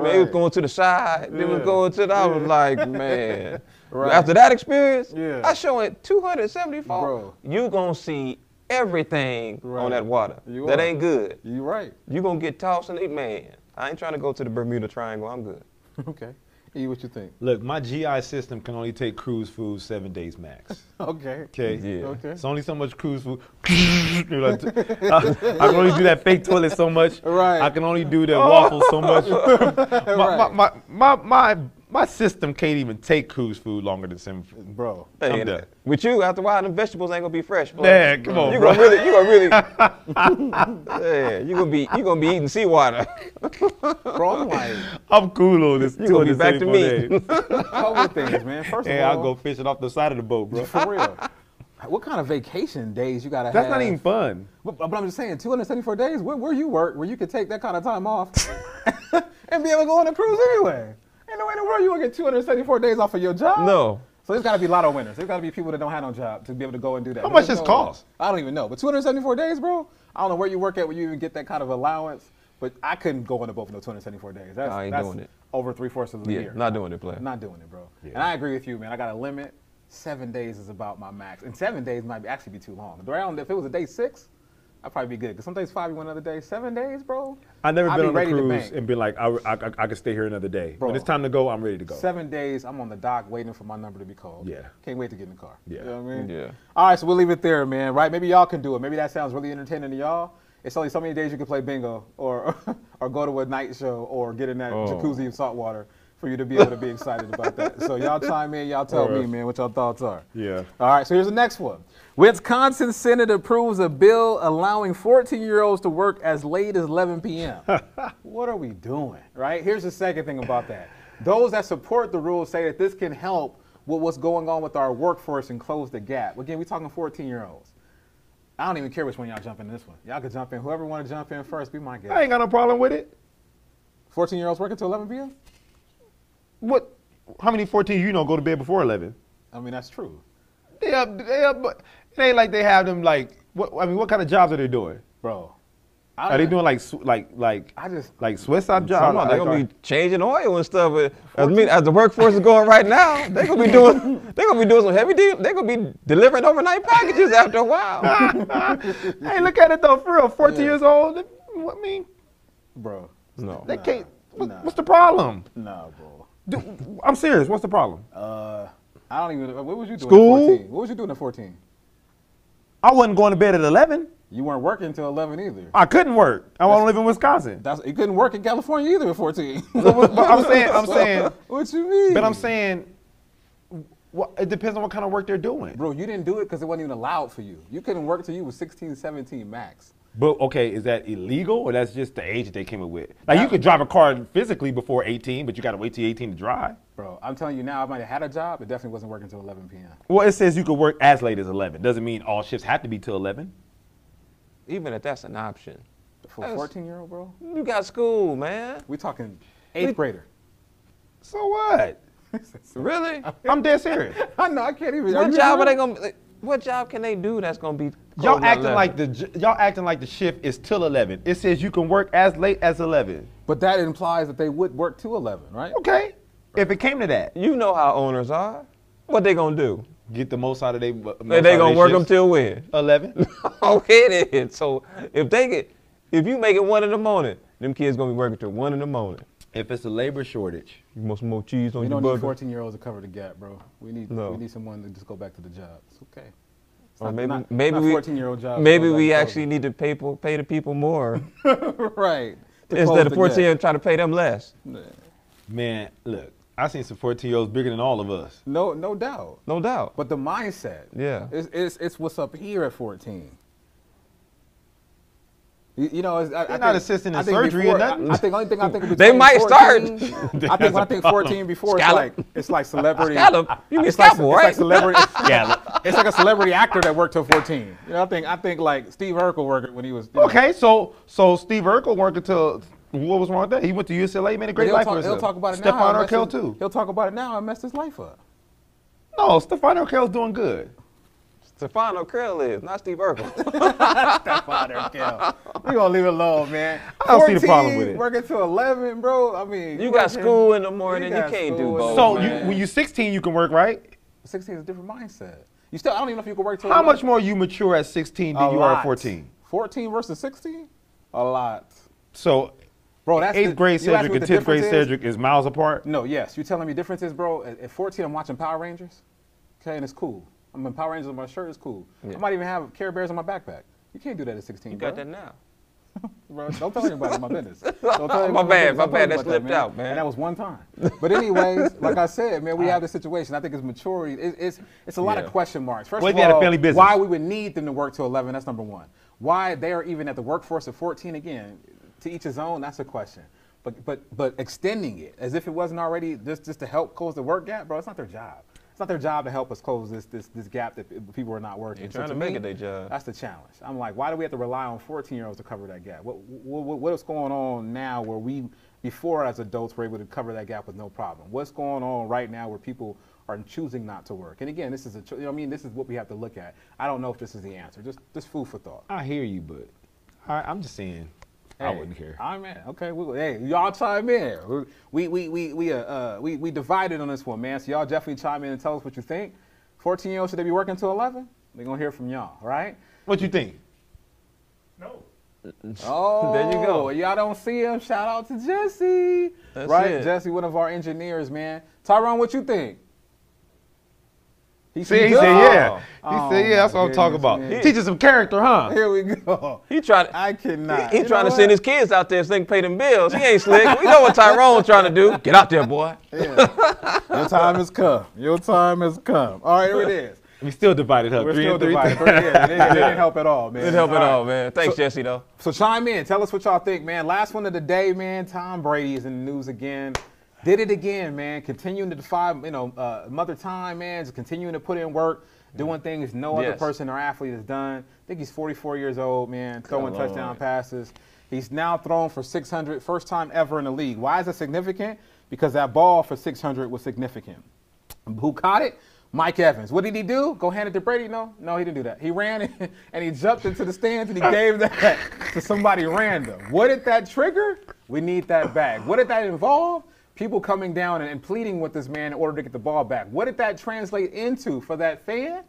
S3: mean, it was
S2: Right.
S3: going to the side. It was going to the. I was like, man.
S2: Right.
S3: After that experience,
S2: Yeah.
S3: I show it 274.
S2: Bro.
S3: You gonna see everything
S2: Right.
S3: on that water.
S2: You
S3: that
S2: are.
S3: ain't good.
S2: You right.
S3: You gonna get tossed in it, man. I ain't trying to go to the Bermuda Triangle. I'm good.
S2: okay. E, what you think?
S1: Look, my GI system can only take cruise food seven days max.
S2: Okay.
S1: Okay.
S3: Yeah.
S2: Okay.
S1: It's only so much cruise food. You're like, I, I can only do that fake toilet so much.
S2: Right. Oh.
S1: I can only do that waffle so much. my,
S2: Right.
S1: my, my, my, my, my system can't even take cruise food longer than seven.
S2: Bro.
S3: Hey,
S1: I'm
S3: and uh,
S1: done.
S3: With you, after a while, them vegetables ain't gonna be fresh. boy.
S1: Man, come on,
S3: you
S1: bro.
S3: gonna really, you gonna really, yeah, you gonna be, you gonna be eating seawater.
S2: Bro, I'm like,
S1: I'm cool on this.
S3: You gonna be back to
S1: 274
S3: me.
S1: days.
S2: couple things, man. First
S1: Hey,
S2: of all,
S1: I'll go fishing off the side of the boat, bro.
S2: For real. What kind of vacation days you gotta
S1: That's
S2: have?
S1: not even fun.
S2: But, but I'm just saying, 274 days where, where you work, where you could take that kind of time off and be able to go on a cruise anyway. Ain't no way in the world you gonna get 274 days off of your job.
S3: No.
S2: So there's gotta be lotto winners. There's gotta be people that don't have no job to be able to go and do that.
S1: How much
S2: There's
S1: this
S2: no way.
S1: cost?
S2: I don't even know. But 274 days, bro. I don't know where you work at where you even get that kind of allowance. But I couldn't go on a boat for no 274 days. That's,
S3: I ain't
S2: that's
S3: doing it.
S2: over three fourths of the
S3: Yeah,
S2: year.
S3: not doing it, player.
S2: I'm not doing it, bro. And
S1: Yeah.
S2: I agree with you, man. I got a limit. Seven days is about my max, and seven days might be- actually be too long. Around if it was a day six, I'd probably be good. Cause some days five, you went another day. Seven days, bro.
S1: I've never
S2: I'd
S1: been
S2: be
S1: on a
S2: ready to
S1: cruise
S2: bank.
S1: and been like, I, I, I, I could stay here another day.
S2: Bro.
S1: When it's time to go, I'm ready to go.
S2: Seven days, I'm on the dock waiting for my number to be called.
S1: Yeah.
S2: Can't wait to get in the car.
S1: Yeah.
S2: You know what I mean?
S3: Yeah.
S2: All right, so we'll leave it there, man. Right? Maybe y'all can do it. Maybe that sounds really entertaining to y'all. It's only so many days you can play bingo or or go to a night show or get in that
S3: Oh.
S2: jacuzzi of salt water for you to be able to be excited about that. So y'all chime in, y'all tell
S1: All right.
S2: me, man, what y'all thoughts are.
S1: Yeah.
S2: All right, so here's the next one. Wisconsin Senate approves a bill allowing 14 year olds to work as late as 11 p.m. what are we doing, right? Here's the second thing about that. Those that support the rule say that this can help with what's going on with our workforce and close the gap. Again, we're talking 14 year olds. I don't even care which one y'all jump in this one. Y'all could jump in. Whoever want to jump in first, be my
S1: I
S2: guest.
S1: ain't got no problem with it.
S2: 14 year olds working till 11 p.m.?
S1: What? How many 14 you know go to bed before 11?
S2: I mean, that's true.
S1: They up, they up, but it ain't like they have them like. What I mean, what kind of jobs are they doing?
S2: Bro.
S1: Are they doing like sw- like like
S2: I just.
S1: like Swiss side jobs?
S3: Somehow
S1: Like,
S3: they're gonna
S1: are-
S3: be changing oil and stuff. but As, me, as the workforce is going right now, they're gonna be doing they're gonna be doing some heavy deal. They're gonna be delivering overnight packages after a while.
S1: Ah, hey, look at it though, for real. 14 years old. they- What I mean?
S2: Bro.
S3: no,
S1: They can't. What,
S2: nah.
S1: What's the problem?
S2: Nah, bro.
S1: Dude, I'm serious. What's the problem?
S2: Uh, I don't even. What was you doing
S1: School?
S2: at 14? What was you doing at 14?
S1: I wasn't going to bed at 11.
S2: You weren't working till 11 either.
S1: I couldn't work. I want to live in Wisconsin.
S2: That's, you couldn't work in California either at 14.
S1: But I'm saying, I'm saying,
S2: what you mean?
S1: but I'm saying, wha- it depends on what kind of work they're doing.
S2: Bro, you didn't do it because it wasn't even allowed for you. You couldn't work till you was 16, 17 max.
S1: But okay, is that illegal or that's just the age that they came up with? Like you could drive a car physically before 18, but you got to wait till 18 to drive.
S2: Bro, I'm telling you now, I might have had a job, but definitely wasn't working till 11 p.m.
S1: Well, it says you could work as late as 11. Doesn't mean all shifts have to be till 11.
S3: even if that's an option,
S2: For a
S3: That's-
S2: 14 year old, bro?
S3: you got school, man.
S2: We talking eighth grader.
S1: So what?
S3: Really?
S1: I'm dead serious.
S2: I know, I can't even.
S3: What
S2: you
S3: job are they
S2: really-
S3: gonna? like, What job can they do that's gonna be?
S1: Y'all
S3: closing at
S1: acting
S3: 11?
S1: like the j- y'all acting like the shift is till 11. It says you can work as late as 11.
S2: But that implies that they would work till 11, right?
S1: Okay. If it came to that,
S3: you know how owners are. What they gonna do?
S1: get the most out of they. most
S3: They,
S1: out of
S3: gonna
S1: they
S3: work them
S1: shifts.
S3: till when?
S1: 11.
S3: oh, it is. So if they get, if you make it one in the morning, them kids gonna be working till one in the morning.
S1: if it's a labor shortage,
S3: You want some more cheese on
S2: We
S3: your
S2: don't
S3: burger?
S2: need 14 year olds to cover the gap, bro. We need,
S3: No.
S2: we need someone to just go back to the job. It's okay. It's
S3: Or
S2: not-
S3: maybe,
S2: not-
S3: maybe
S2: not
S3: we,
S2: 14-year-old jobs
S3: Maybe
S2: go
S3: we
S2: back to
S3: actually need to pay, po- pay the people more
S2: right. to close
S3: instead of
S2: the
S3: 14
S2: gap.
S3: and trying to pay them less.
S1: man, look, I seen some 14 year olds bigger than all of us.
S2: No, no doubt.
S3: No doubt.
S2: But the mindset.
S3: Yeah.
S2: It's, it's, it's what's up here at 14. You, you know, it's, I, I
S1: not
S2: think-
S1: assisting
S2: I
S1: in
S2: think
S1: surgery
S2: before-
S1: or nothing.
S2: I, I think only thing I think
S3: They
S2: between
S3: might start.
S2: 14 I think when I think 14 before
S3: Scallop.
S2: it's like it's like celebrity.
S3: Scallop. You get
S2: it's like,
S3: scalpel,
S2: it's like
S3: right?
S2: celebrity.
S1: Yeah.
S2: it's like a celebrity actor that worked till 14. You know, I think I think like Steve Urkel worked when he was. you know,
S1: Okay, so so Steve Urkel worked until what was wrong with that? He went to UCLA, made a great
S2: he'll
S1: life
S2: talk,
S1: for himself.
S2: He'll talk about it
S1: Stephon
S2: now. and mess
S1: Urkel
S2: his-
S1: too.
S2: He'll talk about it now and mess his life up.
S1: No, Stephon Urkel's doing good.
S3: Stefano Krell is, not Steve Urkel.
S2: We're gonna leave it alone, man.
S1: I don't see the problem with it.
S2: Working till 11, bro. I mean,
S3: You got
S2: working-
S3: school in the morning, you
S2: got
S3: can't do
S2: school in the
S3: both.
S1: so you,
S2: Oh, man.
S1: when you're 16, you can work, right?
S2: 16 is a different mindset. You still, I don't even know if you can work till
S1: How
S2: 11.
S1: much more you mature at 16 than
S2: A
S1: you are
S2: lot.
S1: at 14?
S2: 14 versus 16? A lot.
S1: So
S2: Bro, that's
S1: eighth
S2: the-
S1: grade
S2: you ask
S1: Cedric
S2: me
S1: and
S2: what the
S1: 10th grade
S2: difference is?
S1: Cedric is miles apart.
S2: No, yes. You telling me differences, bro? At, at 14, I'm watching Power Rangers. Okay, and it's cool. I'm in Power Rangers on my shirt. It's cool. I might even have Care Bears on my backpack. You can't do that at 16,
S3: you
S2: bro.
S3: got that now.
S2: Bro, don't tell anybody my business. Don't tell anybody
S3: My
S2: business. Don't tell
S3: bad, my bad.
S2: anybody
S3: That slipped out, man.
S2: And that was one time. But anyways, like I said, man, we have this situation. I think it's maturity. It's it's, it's a lot
S3: Yeah.
S2: of question marks. First
S1: Well,
S2: of
S1: they had a
S2: all,
S1: family business.
S2: why we would need them to work till 11? That's number one. Why they are even at the workforce at 14 again? To each his own. That's a question. But but but extending it as if it wasn't already just just to help close the work gap, bro. It's not their job. It's not their job to help us close this this this gap that people are not working.
S3: They're
S2: So
S3: trying to
S2: me,
S3: make it their job.
S2: that's the challenge. I'm like, why do we have to rely on 14 year olds to cover that gap? What, what, what is going on now where we, before as adults, were able to cover that gap with no problem? What's going on right now where people are choosing not to work? And again, this is a, cho- you know what I mean, this is what we have to look at. I don't know if this is the answer. Just, just food for thought.
S1: I hear you, but I, I'm just saying, I
S2: Hey,
S1: wouldn't care.
S2: I'm in. Okay. We, hey, y'all chime in. We we we we uh, uh we we divided on this one, man. So y'all definitely chime in and tell us what you think. 14 year olds should they be working till 11? We're gonna hear from y'all, all right?
S1: What you think?
S2: Oh,
S3: There you go.
S2: Y'all don't see him. Shout out to Jesse.
S3: That's
S2: right,
S3: it.
S2: Jesse, one of our engineers, man. Tyrone, what you think? He
S1: See, he
S2: good.
S1: said yeah.
S2: Oh,
S1: he said yeah.
S2: my
S1: That's what I'm talking about.
S2: goodness,
S1: Teaching
S2: man.
S1: some character, huh?
S2: Here we go.
S3: He trying to.
S2: I cannot.
S3: He,
S2: You
S3: he trying
S2: know
S3: to send his
S2: what?
S3: kids out there so they can pay them bills. He ain't slick. We know what Tyrone's trying to do. Get out there, boy.
S2: Yeah. Your time has come. Your time has come. All right, here it is.
S1: We still divided, huh?
S2: We're
S1: Three
S2: still
S1: and three.
S2: divided. Three- yeah, it, didn't- it didn't help at all, man.
S3: Didn't help
S2: All
S3: at
S2: right.
S3: all, man. Thanks, Jesse, though.
S2: So chime in. Tell us what y'all think, man. Last one of the day, man. Tom Brady is in the news again. Did it again, man. Continuing to defy, you know, uh, mother time, man. Just continuing to put in work. doing things no other
S3: Yes.
S2: person or athlete has done. I think he's 44 years old, man, throwing
S3: Lord.
S2: touchdown passes. He's now thrown for 600, first time ever in the league. Why is that significant? Because that ball for 600 was significant. Who caught it? Mike Evans. What did he do? Go hand it to Brady? No, no, he didn't do that. He ran and, and he jumped into the stands and he gave that to somebody random. What did that trigger? We need that back. What did that involve? People coming down and, and pleading with this man in order to get the ball back. What did that translate into for that fan?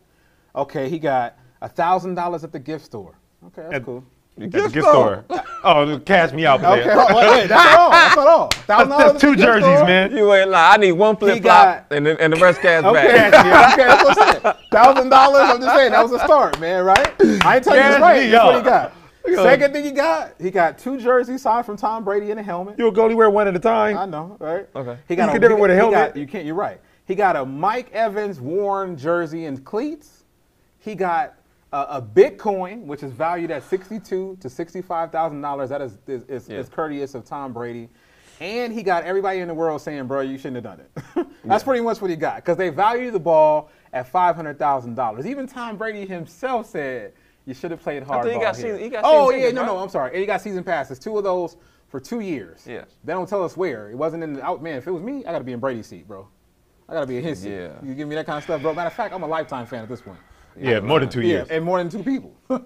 S2: Okay, he got thousand dollars at the gift store. Okay, that's
S1: At-
S2: cool.
S1: At the gift store. oh, cash me out for
S2: Okay,
S1: that.
S2: well, hey, that's not all. That's not all.
S1: That's,
S2: Thousand dollars.
S1: that's two jerseys, man.
S3: You ain't lying. I need one flip flop
S2: got-
S3: and, the- and the rest cash
S2: Okay,
S3: back.
S2: yeah, okay, that's what I'm saying. Thousand dollars. I'm just saying that was a start, man. Right? I ain't telling you
S1: Guarantee,
S2: it's right. That's what
S1: yo.
S2: he got.
S1: Yo.
S2: Second thing he got, he got two jerseys signed from Tom Brady and a helmet.
S1: You will only wear one at a time.
S2: I know, right?
S3: Okay.
S2: He got
S1: You
S2: a
S1: can never wear the
S2: he got-
S1: helmet.
S2: you can't. You're right. He got a Mike Evans worn jersey and cleats. He got a, a Bitcoin, which is valued at sixty-two to sixty-five thousand dollars. That is is, is,
S3: Yeah.
S2: is courteous of Tom Brady. And he got everybody in the world saying, "Bro, you shouldn't have done it." That's pretty much what he got because they value the ball at five hundred thousand dollars. Even Tom Brady himself said, "You should have played hard."
S3: think he got season- he got
S2: oh
S3: season
S2: yeah,
S3: tickets,
S2: no,
S3: right?
S2: no, I'm sorry. And he got season passes, two of those for two years.
S3: Yes.
S2: They don't tell us where. It wasn't in the out. Man, if it was me, I gotta be in Brady's seat, bro. I gotta be in his seat.
S3: Yeah.
S2: You give me that kind of stuff, bro. Matter of fact, I'm a lifetime fan at this point.
S1: Yeah, more than two years.
S2: and more than two people. I'm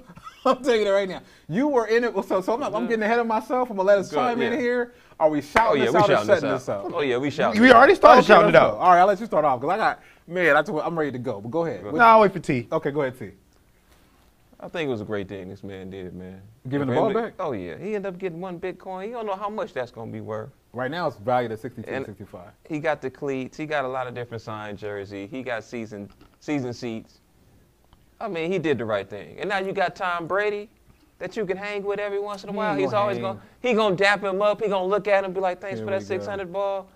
S2: telling you that right now. You were in it. So, so I'm, not, I'm getting ahead of myself. I'm gonna let us
S3: Good,
S2: chime in
S3: yeah.
S2: here. Are we
S3: Oh
S2: shouting
S3: yeah,
S2: this
S3: we
S2: out or
S3: shouting this
S2: setting
S3: out.
S2: this out?
S3: Oh yeah, we shouting.
S1: We
S3: this out.
S1: already started
S2: Okay,
S1: shouting it
S2: let's
S1: out.
S2: go. All right, I'll let you start off because I got man. I told, I'm ready to go. But go ahead. What-
S1: No, I'll wait for T.
S2: Okay, go ahead, T.
S3: I think it was a great thing this man did, man.
S2: Giving the
S3: For
S2: ball
S3: him to-
S2: back?
S3: Oh yeah, he ended up getting one Bitcoin. He don't know how much that's gonna be worth.
S2: Right now it's valued at 62,
S3: And-
S2: 65.
S3: He got the cleats. He got a lot of different signed jersey. He got season season seats. I mean, he did the right thing. And now you got Tom Brady that you can hang with every once in a while.
S2: ain't
S3: He's
S2: gonna
S3: always
S2: hang.
S3: going to he going to dap him up. He going to look at him be like, "Thanks
S2: Here
S3: for
S2: we
S3: that
S2: go.
S3: 600 ball."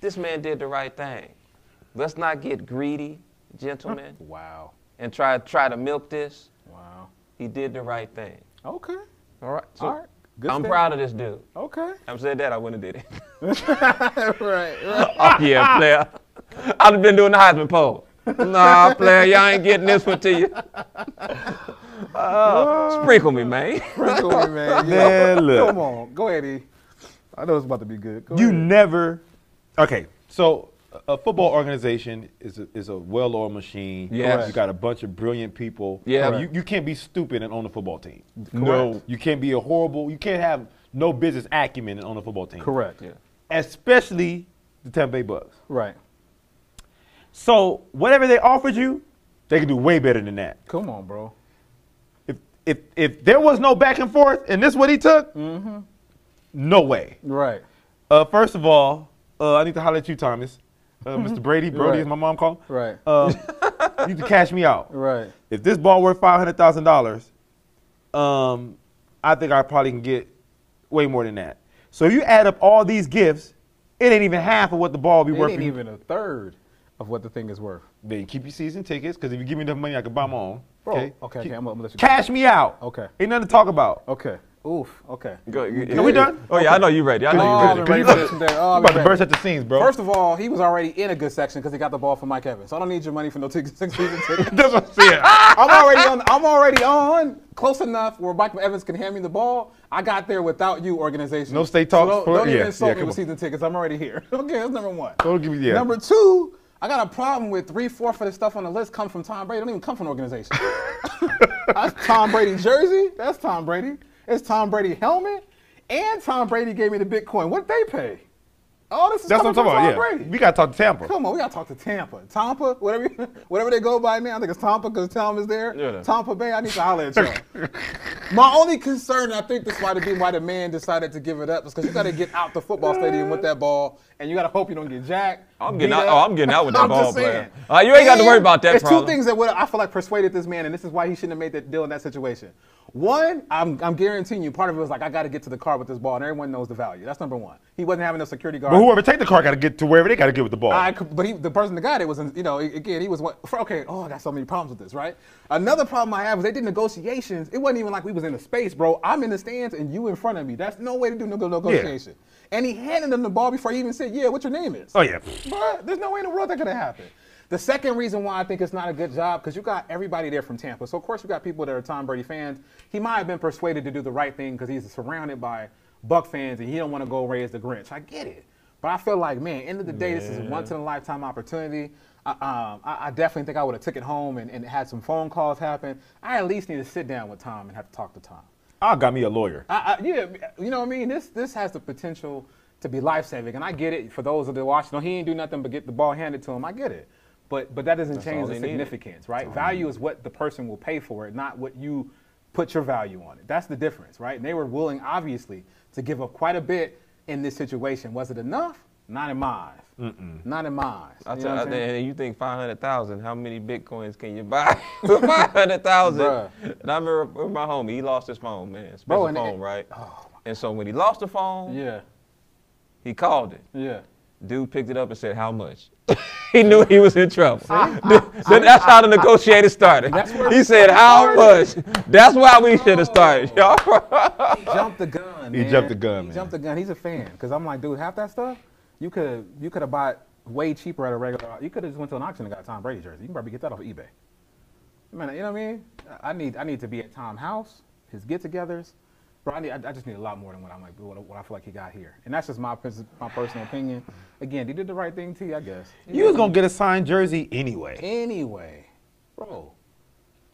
S3: This man did the right thing. Let's not get greedy, gentlemen,
S2: Wow.
S3: and try try to milk this.
S2: Wow.
S3: He did the right thing.
S2: Okay.
S3: All right. So
S2: All right. Good
S3: I'm
S2: stand.
S3: proud of this dude.
S2: Okay.
S3: I'm said that I wouldn't have did it.
S2: right. Right.
S3: oh yeah, player. I'd have been doing the Heisman poll. Nah, player, y'all ain't getting this one to you. Uh, sprinkle me, man.
S2: Sprinkle me, man. Yeah.
S1: Man, look.
S2: Come on, go ahead, E. I know it's about to be good. Go
S1: You
S2: ahead.
S1: never. Okay, so a a football organization is a, is a well-oiled machine.
S3: Yes.
S1: you got a bunch of brilliant people.
S3: Yeah.
S1: you,
S3: Correct.
S1: you can't be stupid and own a football team.
S2: No.
S1: you can't be a horrible. You can't have no business acumen and own a football team.
S2: Correct.
S3: Yeah.
S1: especially the Tampa Bay Bucks.
S2: Right.
S1: So whatever they offered you, they could do way better than that.
S2: Come on, bro.
S1: If if if there was no back and forth, and this what he took, no way.
S2: Right.
S1: Uh, first of all, uh, I need to holler at you, Thomas. Uh, Mr. Brady, Brody,
S2: Right.
S1: as my mom called.
S2: Right.
S1: Uh, you need to cash me out.
S2: Right.
S1: If this ball worth five hundred thousand dollars, um, I think I probably can get way more than that. So you add up all these gifts, it ain't even half of what the ball be
S2: It
S1: worth.
S2: ain't
S1: for you.
S2: even a third of what the thing is worth.
S1: Then keep your season tickets, because if you give me enough money, I can buy my own.
S2: Bro, okay, okay, I'm gonna- I'm gonna let you go.
S1: Cash me out.
S2: Okay.
S1: Ain't nothing to talk about.
S2: Okay. Oof. Okay.
S1: Are we done?
S3: Oh yeah, I know you ready. I
S2: Oh,
S3: know
S2: I've
S3: you
S2: been
S3: ready.
S2: ready for this from day- oh,
S1: You
S2: I've
S1: about
S2: been
S1: to
S2: ready.
S1: burst at the scenes, bro.
S2: First of all, he was already in a good section because he got the ball from Mike Evans. So I don't need your money for no tick- six season ticket.
S1: that's what I'm saying.
S2: I'm already on. I'm already on close enough where Mike Evans can hand me the ball. I got there without you, organization.
S1: No state talks
S2: So don't,
S1: for-
S2: don't even
S1: yeah,
S2: insult
S1: yeah,
S2: me
S1: come
S2: with
S1: on.
S2: season tickets. I'm already here. okay, that's number one.
S1: Don't give me- yeah.
S2: Number two, I got a problem with three, four for the stuff on the list come from Tom Brady. It Don't even come from an organization. that's Tom Brady jersey. That's Tom Brady. It's Tom Brady helmet, and Tom Brady gave me the Bitcoin. What they pay? All this is
S1: That's what I'm
S2: coming
S1: talking
S2: from
S1: about.
S2: Tom
S1: Yeah.
S2: Brady.
S1: We got to talk to Tampa.
S2: Come on, we gotta talk to Tampa, Tampa, whatever, whatever they go by now. I think it's Tampa because Tom is there.
S3: Yeah.
S2: Tampa Bay, I need to holler at y'all. My only concern, I think this might have been why the man decided to give it up, is because you gotta get out the football stadium with that ball, and you gotta hope you don't get jacked.
S3: I'm getting
S2: beat
S3: out.
S2: up.
S3: Oh, I'm getting out with that
S2: I'm
S3: ball
S2: just
S3: player.
S2: saying.
S3: Uh, you ain't got to worry
S2: And
S3: about that
S2: There's
S3: problem.
S2: two things that would I feel like persuaded this man, and this is why he shouldn't have made that deal in that situation. One, I'm, I'm guaranteeing you, part of it was like, I got to get to the car with this ball, and everyone knows the value. That's number one. He wasn't having a security guard.
S1: But whoever take the car got to get to wherever they got to get with the ball.
S2: I, could- but he, the person that got it was, in- you know, again, he was one, for, okay. Oh, I got so many problems with this, right? Another problem I have is they did negotiations. It wasn't even like we was in a space, bro. I'm in the stands and you in front of me. That's no way to do nego- negotiation. And he handed him the ball before he even said, "Yeah, what your name is."
S1: oh yeah.
S2: Bruh, there's no way in the world that could have happened. The second reason why I think it's not a good job, because you got everybody there from Tampa. So, of course, you got people that are Tom Brady fans. He might have been persuaded to do the right thing because he's surrounded by Buck fans and he don't want to go raise the Grinch. I get it. But I feel like, man, end of the day, this is a once in a lifetime opportunity. I, um, I, I definitely think I would have took it home and, and had some phone calls happen. I at least need to sit down with Tom and have to talk to Tom.
S1: I got me a lawyer.
S2: I, I, yeah, you know what I mean. This this has the potential to be life saving, and I get it. For those of the Washington, he ain't do nothing but get the ball handed to him. I get it, but but that doesn't change
S3: all
S2: the
S3: they needed.
S2: significance, right? Value is what the person will pay for it, not what you put your value on it. That's the difference, right? And they were willing, obviously, to give up quite a bit in this situation. Was it enough? Not in my eyes. Not in my eyes.
S3: I
S2: You know
S3: tell, you,
S2: what I'm saying?
S3: and you think five hundred thousand? How many bitcoins can you buy for five hundred thousand?
S2: Bruh.
S3: And I remember with my homie, he lost his phone, man, his
S2: Bro, and- Oh,
S3: phone, right? and so when he lost the phone,
S2: Yeah,
S3: he called it.
S2: yeah.
S3: Dude picked it up and said, "How much?" he knew he was in trouble.
S2: Uh-huh.
S3: Dude, that's how the negotiator started. He said, "How much?" That's why we
S2: Oh.
S3: should have started, y'all.
S2: He jumped the gun.
S1: He
S2: man.
S1: jumped the gun,
S2: He
S1: man.
S2: jumped the gun. He's a fan because I'm like, dude, half that stuff, you could you could have bought way cheaper at a regular. You could have just went to an auction and got a Tom Brady jersey. You can probably get that off of eBay. Man, you know what I mean? I I need I need to be at Tom's house, his get-togethers. Bro, I, need, I, I just need a lot more than what I'm like what, what I feel like he got here, and that's just my pers- my personal opinion. Again, they did the right thing to you, I guess.
S1: You was gonna get a signed jersey anyway.
S2: Anyway, bro,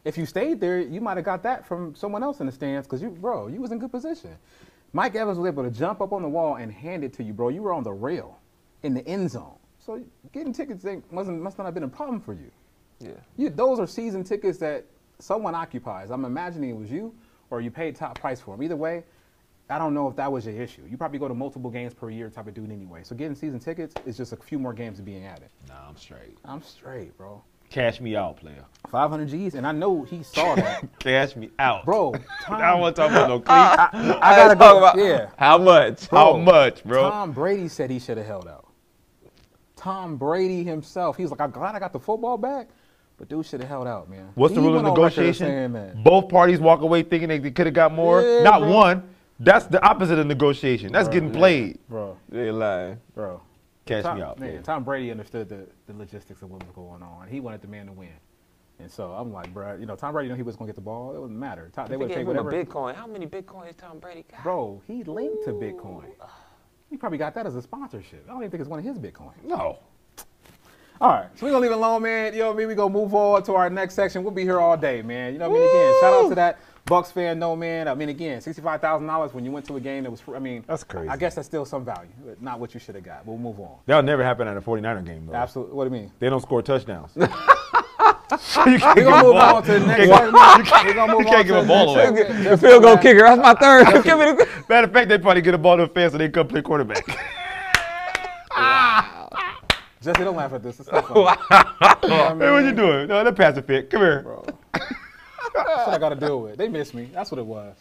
S2: if you stayed there, you might have got that from someone else in the stands because you, bro, you was in good position. Mike Evans was able to jump up on the wall and hand it to you, bro. You were on the rail in the end zone, so getting tickets ain't- wasn't must not have been a problem for you.
S3: Yeah.
S2: You, those are season tickets that someone occupies. I'm imagining it was you, or you paid top price for them. Either way, I don't know if that was your issue. You probably go to multiple games per year type of dude anyway. So getting season tickets is just a few more games of being added.
S1: Nah, I'm straight.
S2: I'm straight, bro.
S1: Cash me out, player.
S2: 500 G's, and I know he saw that,
S1: Cash me out,
S2: bro.
S1: I
S2: Tom,
S1: don't want to talk about no cleats.
S2: I gotta go. yeah,
S3: How much?
S1: How much, bro?
S2: Tom Brady said he should have held out. Tom Brady himself, he was like, "I'm glad I got the football back, but dude should have held out, man."
S1: What's the
S2: He
S1: rule of
S2: went on record as saying
S1: negotiation?
S2: that.
S1: Both parties walk away thinking they could have got more.
S2: Yeah,
S1: Not
S2: bro.
S1: one. That's the opposite of negotiation. That's getting played.
S2: Bro,
S3: They lying.
S2: bro,
S1: Cash
S2: Tom,
S1: me out.
S2: man. Tom Brady understood the, the logistics of what was going on. He wanted the man to win, and so I'm like, bro, you know, Tom Brady knew he was gonna get the ball. It wouldn't matter. Tom, they
S3: They
S2: would
S3: gave
S2: take
S3: him
S2: whatever.
S3: a Bitcoin. How many Bitcoins Tom Brady got?
S2: bro, he linked to Bitcoin. He probably got that as a sponsorship. I don't even think it's one of his Bitcoin.
S1: No.
S2: All right, so we're gonna leave it alone, man. You know what I mean? We're gonna move on to our next section. We'll be here all day, man. You know what I mean? Again, shout out to that Bucks fan, no man. I mean, again, $65,000 when you went to a game that was, fr- I mean,
S1: That's crazy.
S2: I guess that's still some value, but not what you should have got. We'll move on.
S1: That'll never happen at a 49er game, though.
S2: Absolutely. What do you mean?
S1: They don't score touchdowns. you can't
S2: We're
S1: give a
S2: gonna move
S1: ball.
S2: on to the
S1: You
S2: next
S1: can't-
S2: segment. We're gonna
S1: You
S2: move on
S1: can't give
S2: to
S1: a ball
S2: next
S1: away.
S2: segment.
S3: The field goal kicker. That's my third. Give me the.
S1: Matter of fact, they probably get a ball to a fence so they come play quarterback.
S2: Jesse, don't laugh at this. It's not funny. You know what I
S1: hey, what you
S2: mean?
S1: doing? No, that pass a fit. Come here.
S2: That's what I gotta deal with. They missed me. That's what it was.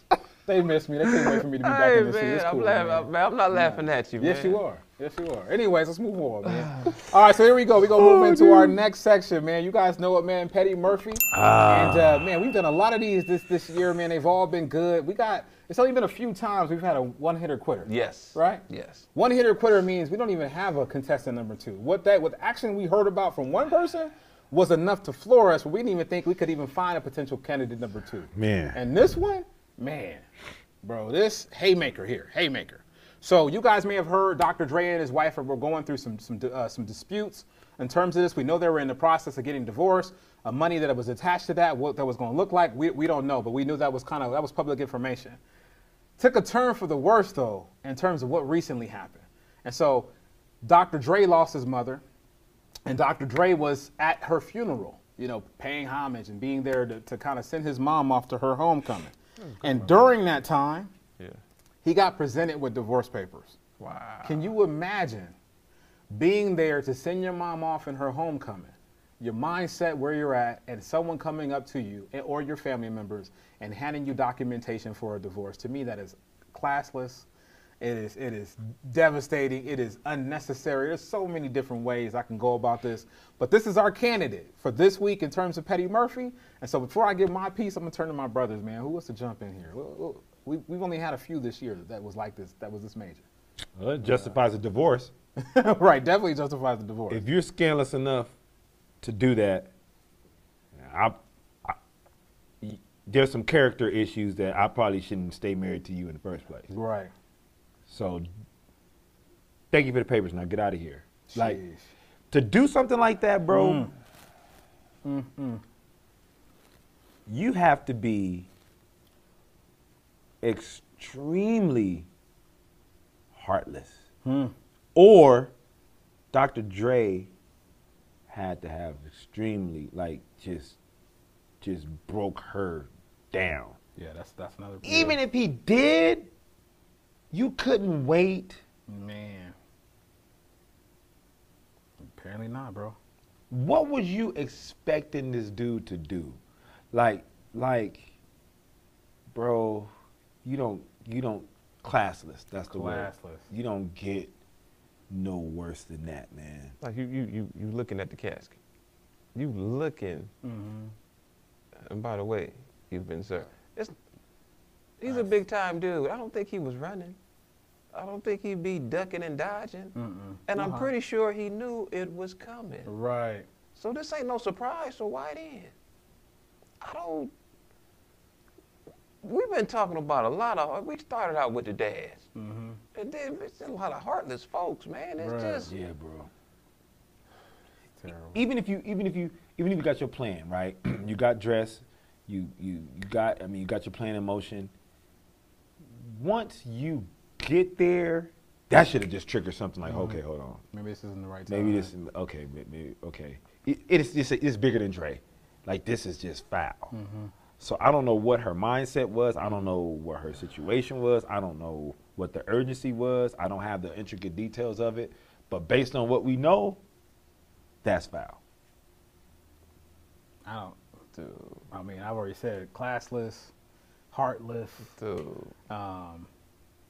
S2: They missed me. They couldn't wait for me to be back in this seat. It's cool, man.
S3: I'm not laughing at you,
S2: Yes, you are. Yes, you are. Anyways, let's move on, man. All right, so here we go. We're going to move into our next section, man. You guys know it, man. Petty Murphy. And, uh, man, we've done a lot of these this, this year, man. They've all been good. We got, it's only been a few times we've had a one hitter quitter.
S3: Yes.
S2: Right?
S3: Yes.
S2: One hitter quitter means we don't even have a contestant number two. What that, what action we heard about from one person was enough to floor us. We didn't even think we could even find a potential candidate number two.
S1: Man.
S2: And this one, man, bro, this haymaker here, haymaker. So you guys may have heard Dr. Dre and his wife were going through some some uh, some disputes in terms of this. We know they were in the process of getting divorced. Uh, money that was attached to that, what that was going to look like, we, we don't know, but we knew that was kind of that was public information took a turn for the worse though in terms of what recently happened. And so Dr. Dre lost his mother, and Dr. Dre was at her funeral, you know, paying homage and being there to, to kind of send his mom off to her homecoming. And during that time,
S3: Yeah.
S2: he got presented with divorce papers.
S3: Wow.
S2: Can you imagine being there to send your mom off in her homecoming? Your mindset where you're at, and someone coming up to you and- or your family members and handing you documentation for a divorce. To me, that is classless. It is it is devastating. It is unnecessary. There's so many different ways I can go about this, but this is our candidate for this week in terms of Petty Murphy. And so before I give my piece, I'm gonna turn to my brothers, man. Who wants to jump in here? Well, well, We, we've only had a few this year that was like this. That was this major.
S1: Well, it justifies a divorce.
S2: right, definitely justifies the divorce.
S1: If you're scandalous enough to do that, I, I- y- there's some character issues that I probably shouldn't stay married to you in the first place.
S2: Right.
S1: So, thank you for the papers. Now get out of here. Like
S2: Jeez.
S1: to do something like that, bro. Mm-hmm. You have to be extremely heartless, or Dr. Dre had to have extremely like just just broke her down
S2: Yeah, that's that's another.
S1: even if he did, you couldn't wait.
S2: man. Apparently not, bro.
S1: What was you expecting this dude to do? Like, like, bro, you don't, you don't, classless. That's the word.
S2: Classless.
S1: You don't get no worse than that, man.
S3: Like you, you, you, you looking at the casket. You looking. And by the way, you've been served. It's, he's a big time dude. I don't think he was running. I don't think he'd be ducking and dodging. And I'm pretty sure he knew it was coming.
S2: Right.
S3: So this ain't no surprise. So why then? I don't. We've been talking about a lot of. We started out with the dads, and then it's a lot of heartless folks, man. It's
S2: Right.
S3: just
S1: Yeah, bro.
S2: Terrible.
S1: even if you even if you even if you got your plan right you got dressed you you you got i mean you got your plan in motion once you get there that should have just triggered something like okay hold on
S2: Maybe this isn't the right time.
S1: maybe this okay may- maybe okay it, it's, it's it's bigger than Dre like this is just foul
S2: Mm-hmm.
S1: so I don't know what her mindset was I don't know what her situation was I don't know what the urgency was I don't have the intricate details of it but based on what we know that's foul
S2: I don't. I mean, I've already said it, classless, heartless,
S3: dude.
S2: um,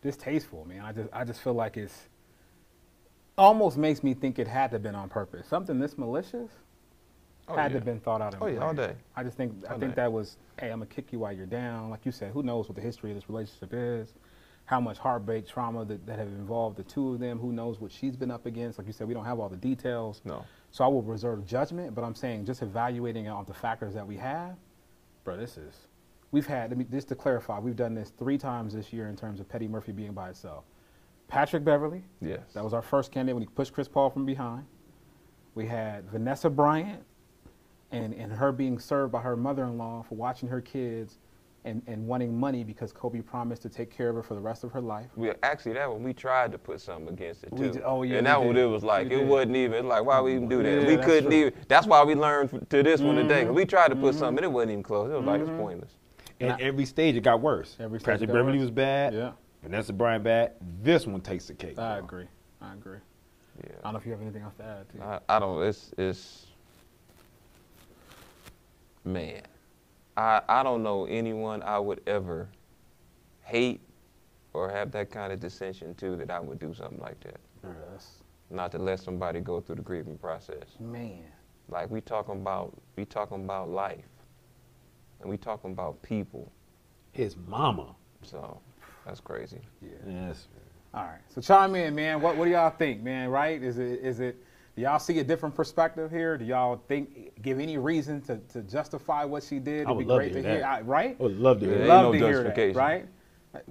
S2: distasteful. Man, I just I just feel like it's almost makes me think it had to have been on purpose. Something this malicious
S3: Oh,
S2: had to
S3: yeah.
S2: have been thought out. and
S3: Oh, yeah, all
S2: planned.
S3: day.
S2: I just think I
S3: All
S2: think
S3: day.
S2: that was hey, I'm gonna kick you while you're down. Like you said, who knows what the history of this relationship is. How much heartbreak, trauma that, that have involved the two of them. Who knows what she's been up against? Like you said, we don't have all the details.
S3: No.
S2: So I will reserve judgment, but I'm saying just evaluating it on the factors that we have, bro, this is. We've had, let me, just to clarify, we've done this three times this year in terms of Petty Murphy being by itself. Patrick Beverly.
S3: Yes.
S2: That was our first candidate when he pushed Chris Paul from behind. We had Vanessa Bryant and, and her being served by her mother in law for watching her kids and, and wanting money because Kobe promised to take care of her for the rest of her life.
S3: We actually that one we tried to put something against it too.
S2: We did- oh, yeah,
S3: And
S2: we
S3: that one
S2: did.
S3: it was like
S2: We
S3: it
S2: did.
S3: wasn't even it's like why we even do that.
S2: Yeah,
S3: we
S2: that's
S3: couldn't
S2: true. Mm-hmm.
S3: even. That's why we learned f- to this one today. 'cause we tried to put something. It wasn't even close. It was like it's pointless.
S1: And every stage it got worse.
S2: Every stage
S1: Patrick
S2: got
S1: Beverly
S2: worse.
S1: was bad.
S2: Yeah.
S1: Vanessa Bryant bad. This one takes the cake.
S2: I
S1: bro.
S2: agree. I agree.
S3: Yeah.
S2: I don't know if you have anything else to add to
S3: I, I don't. It's it's man. I I don't know anyone I would ever hate or have that kind of dissension to that I would do something like that.
S2: Bro, that's-
S3: Not to let somebody go through the grieving process.
S2: Man.
S3: Like we talking about we talking about life, and we talking about people.
S1: His mama.
S3: So that's crazy.
S2: Yeah.
S1: Yes.
S2: All right. So chime in, man. What what do y'all think, man? Right? Is it is it do y'all see a different perspective here? Do y'all think give any reason to, to justify what she did?
S1: I
S2: It'd
S1: would
S2: be
S1: love
S2: great
S1: to
S2: to
S1: hear
S2: hear,
S1: that.
S2: I- right?
S1: I would Oh, love to
S3: Yeah,
S1: hear
S3: ain't
S1: that.
S2: love
S3: no
S2: to hear that,
S3: justification.
S2: right?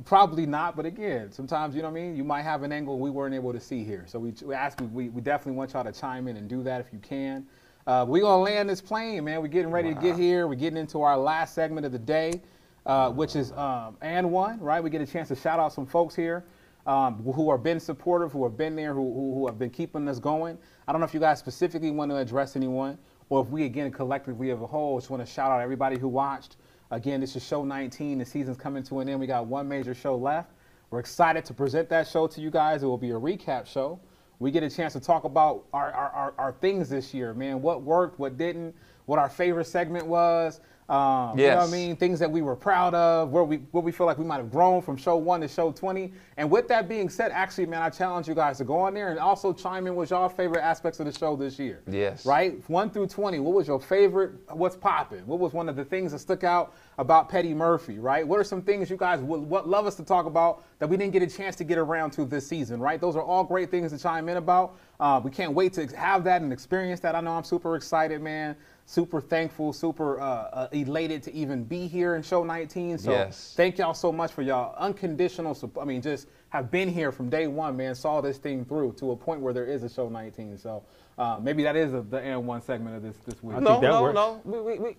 S2: Probably not, but again, sometimes you know what I mean. You might have an angle we weren't able to see here, so we, we ask. We, we definitely want y'all to chime in and do that if you can. Uh, we gonna land this plane, man. We're getting ready to get here. We're getting into our last segment of the day, uh, which is um, and one, right? We get a chance to shout out some folks here um, who have been supportive, who have been there, who, who who have been keeping us going. I don't know if you guys specifically want to address anyone, or if we again collectively as a whole just want to shout out everybody who watched. Again, this is show 19. The season's coming to an end. We got one major show left. We're excited to present that show to you guys. It will be a recap show. We get a chance to talk about our, our, our, our things this year, man. What worked, what didn't, what our favorite segment was, Um, You know what I
S3: Yes.
S2: mean? Things that we were proud of, where we where we feel like we might have grown from show one to show 20. And with that being said, actually, man, I challenge you guys to go on there and also chime in with y'all favorite aspects of the show this year.
S3: Yes.
S2: Right? One through 20, what was your favorite? What's popping? What was one of the things that stuck out about Petty Murphy, right? What are some things you guys would what love us to talk about that we didn't get a chance to get around to this season, right? Those are all great things to chime in about. Uh, we can't wait to have that and experience that. I know I'm super excited, man. Super thankful, super uh, uh, elated to even be here in show 19. So
S3: Yes.
S2: thank y'all so much for y'all unconditional support. I mean, just have been here from day one, man. Saw this thing through to a point where there is a show 19. So uh, maybe that is a, the and one segment of this this week.
S1: I
S3: No,
S1: think that
S3: no,
S1: works.
S3: no. We, we, we.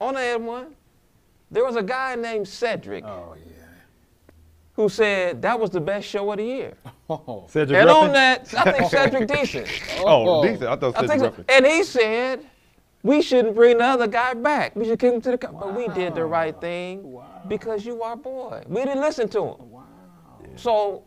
S3: On the end one, there was a guy named Cedric
S2: Oh yeah.
S3: who said that was the best show of the year.
S2: Oh.
S1: Cedric
S3: And
S1: Ruffin?
S3: on that, I think Cedric decent.
S1: Oh, decent. I thought
S3: I
S1: Cedric
S3: think so.
S1: Ruffin.
S3: And he said, we shouldn't bring the other guy back. We should kick him to the cup. But we did the right thing because you our boy. We didn't listen to him. Wow. So,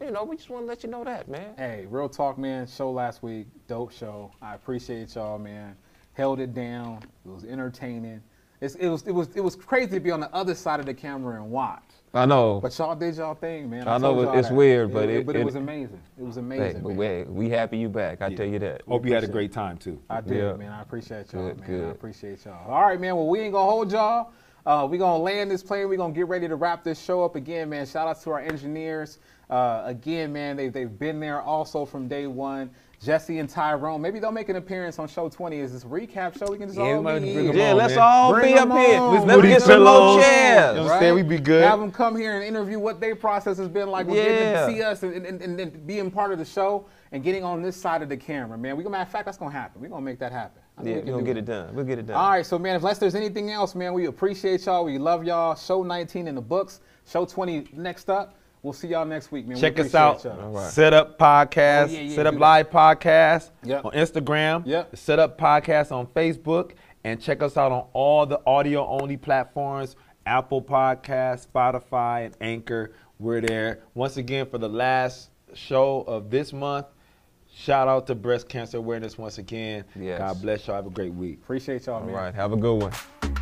S3: you know, we just want to let you know that, man.
S2: Hey, real talk, man. Show last week, dope show. I appreciate y'all, man. Held it down. It was entertaining. It's, it was it was it was crazy to be on the other side of the camera and watch.
S3: I know.
S2: But y'all did y'all thing, man.
S3: I know
S2: told
S3: it-
S2: y'all
S3: it's
S2: that.
S3: weird, but it-
S2: but it,
S3: it-
S2: was amazing. It was
S3: Hey,
S2: amazing.
S3: but
S2: man.
S3: wait, we happy you back. I tell you that.
S1: Hope you had a great time too.
S2: I did,
S3: Yeah.
S2: man. I appreciate y'all,
S3: Good,
S2: man. I
S3: good.
S2: appreciate y'all. All right, man. Well, we ain't gonna hold y'all. Uh, we gonna land this plane. We gonna get ready to wrap this show up again, man. Shout out to our engineers. Uh, again, man, they they've been there also from day one. Jesse and Tyrone. Maybe they'll make an appearance on show 20. Is this a recap show? We can just
S1: Yeah, we
S2: all
S1: might
S2: be
S1: bring 'em
S2: here.
S1: on.
S3: Yeah, let's
S1: man.
S3: all
S2: Bring
S3: be up
S2: them
S3: here.
S2: on.
S3: Let's
S1: Booty
S3: get some more
S1: pillows.
S3: chairs.
S1: Yo, Understand, we be good.
S2: Have them come here and interview what their process has been like with getting to
S3: Yeah.
S2: see us and, and, and, and- and being part of the show and getting on this side of the camera, man. We, matter of fact, that's going to happen. We're going to make that happen. I think
S3: Yeah,
S2: we
S3: we're
S2: can
S3: going to
S2: do
S3: get it done. We'll get it done.
S2: All right, so, man, unless there's anything else, man, we appreciate y'all. We love y'all. Show 19 in the books. Show 20 next up. We'll see y'all next week, man. We
S1: Check us
S2: appreciate
S1: out.
S2: y'all.
S3: right.
S1: Set up podcast.
S2: Oh, yeah, yeah,
S1: set up
S2: do
S1: live podcast
S2: Yep.
S1: on Instagram.
S2: Yep.
S1: Set up podcast on Facebook, and check us out on all the audio only platforms: Apple Podcasts, Spotify, and Anchor. We're there once again for the last show of this month. Shout out to breast cancer awareness once again.
S3: Yes.
S1: God bless y'all. Have a great week.
S2: Appreciate y'all,
S3: All
S2: man.
S3: right. Have a good one.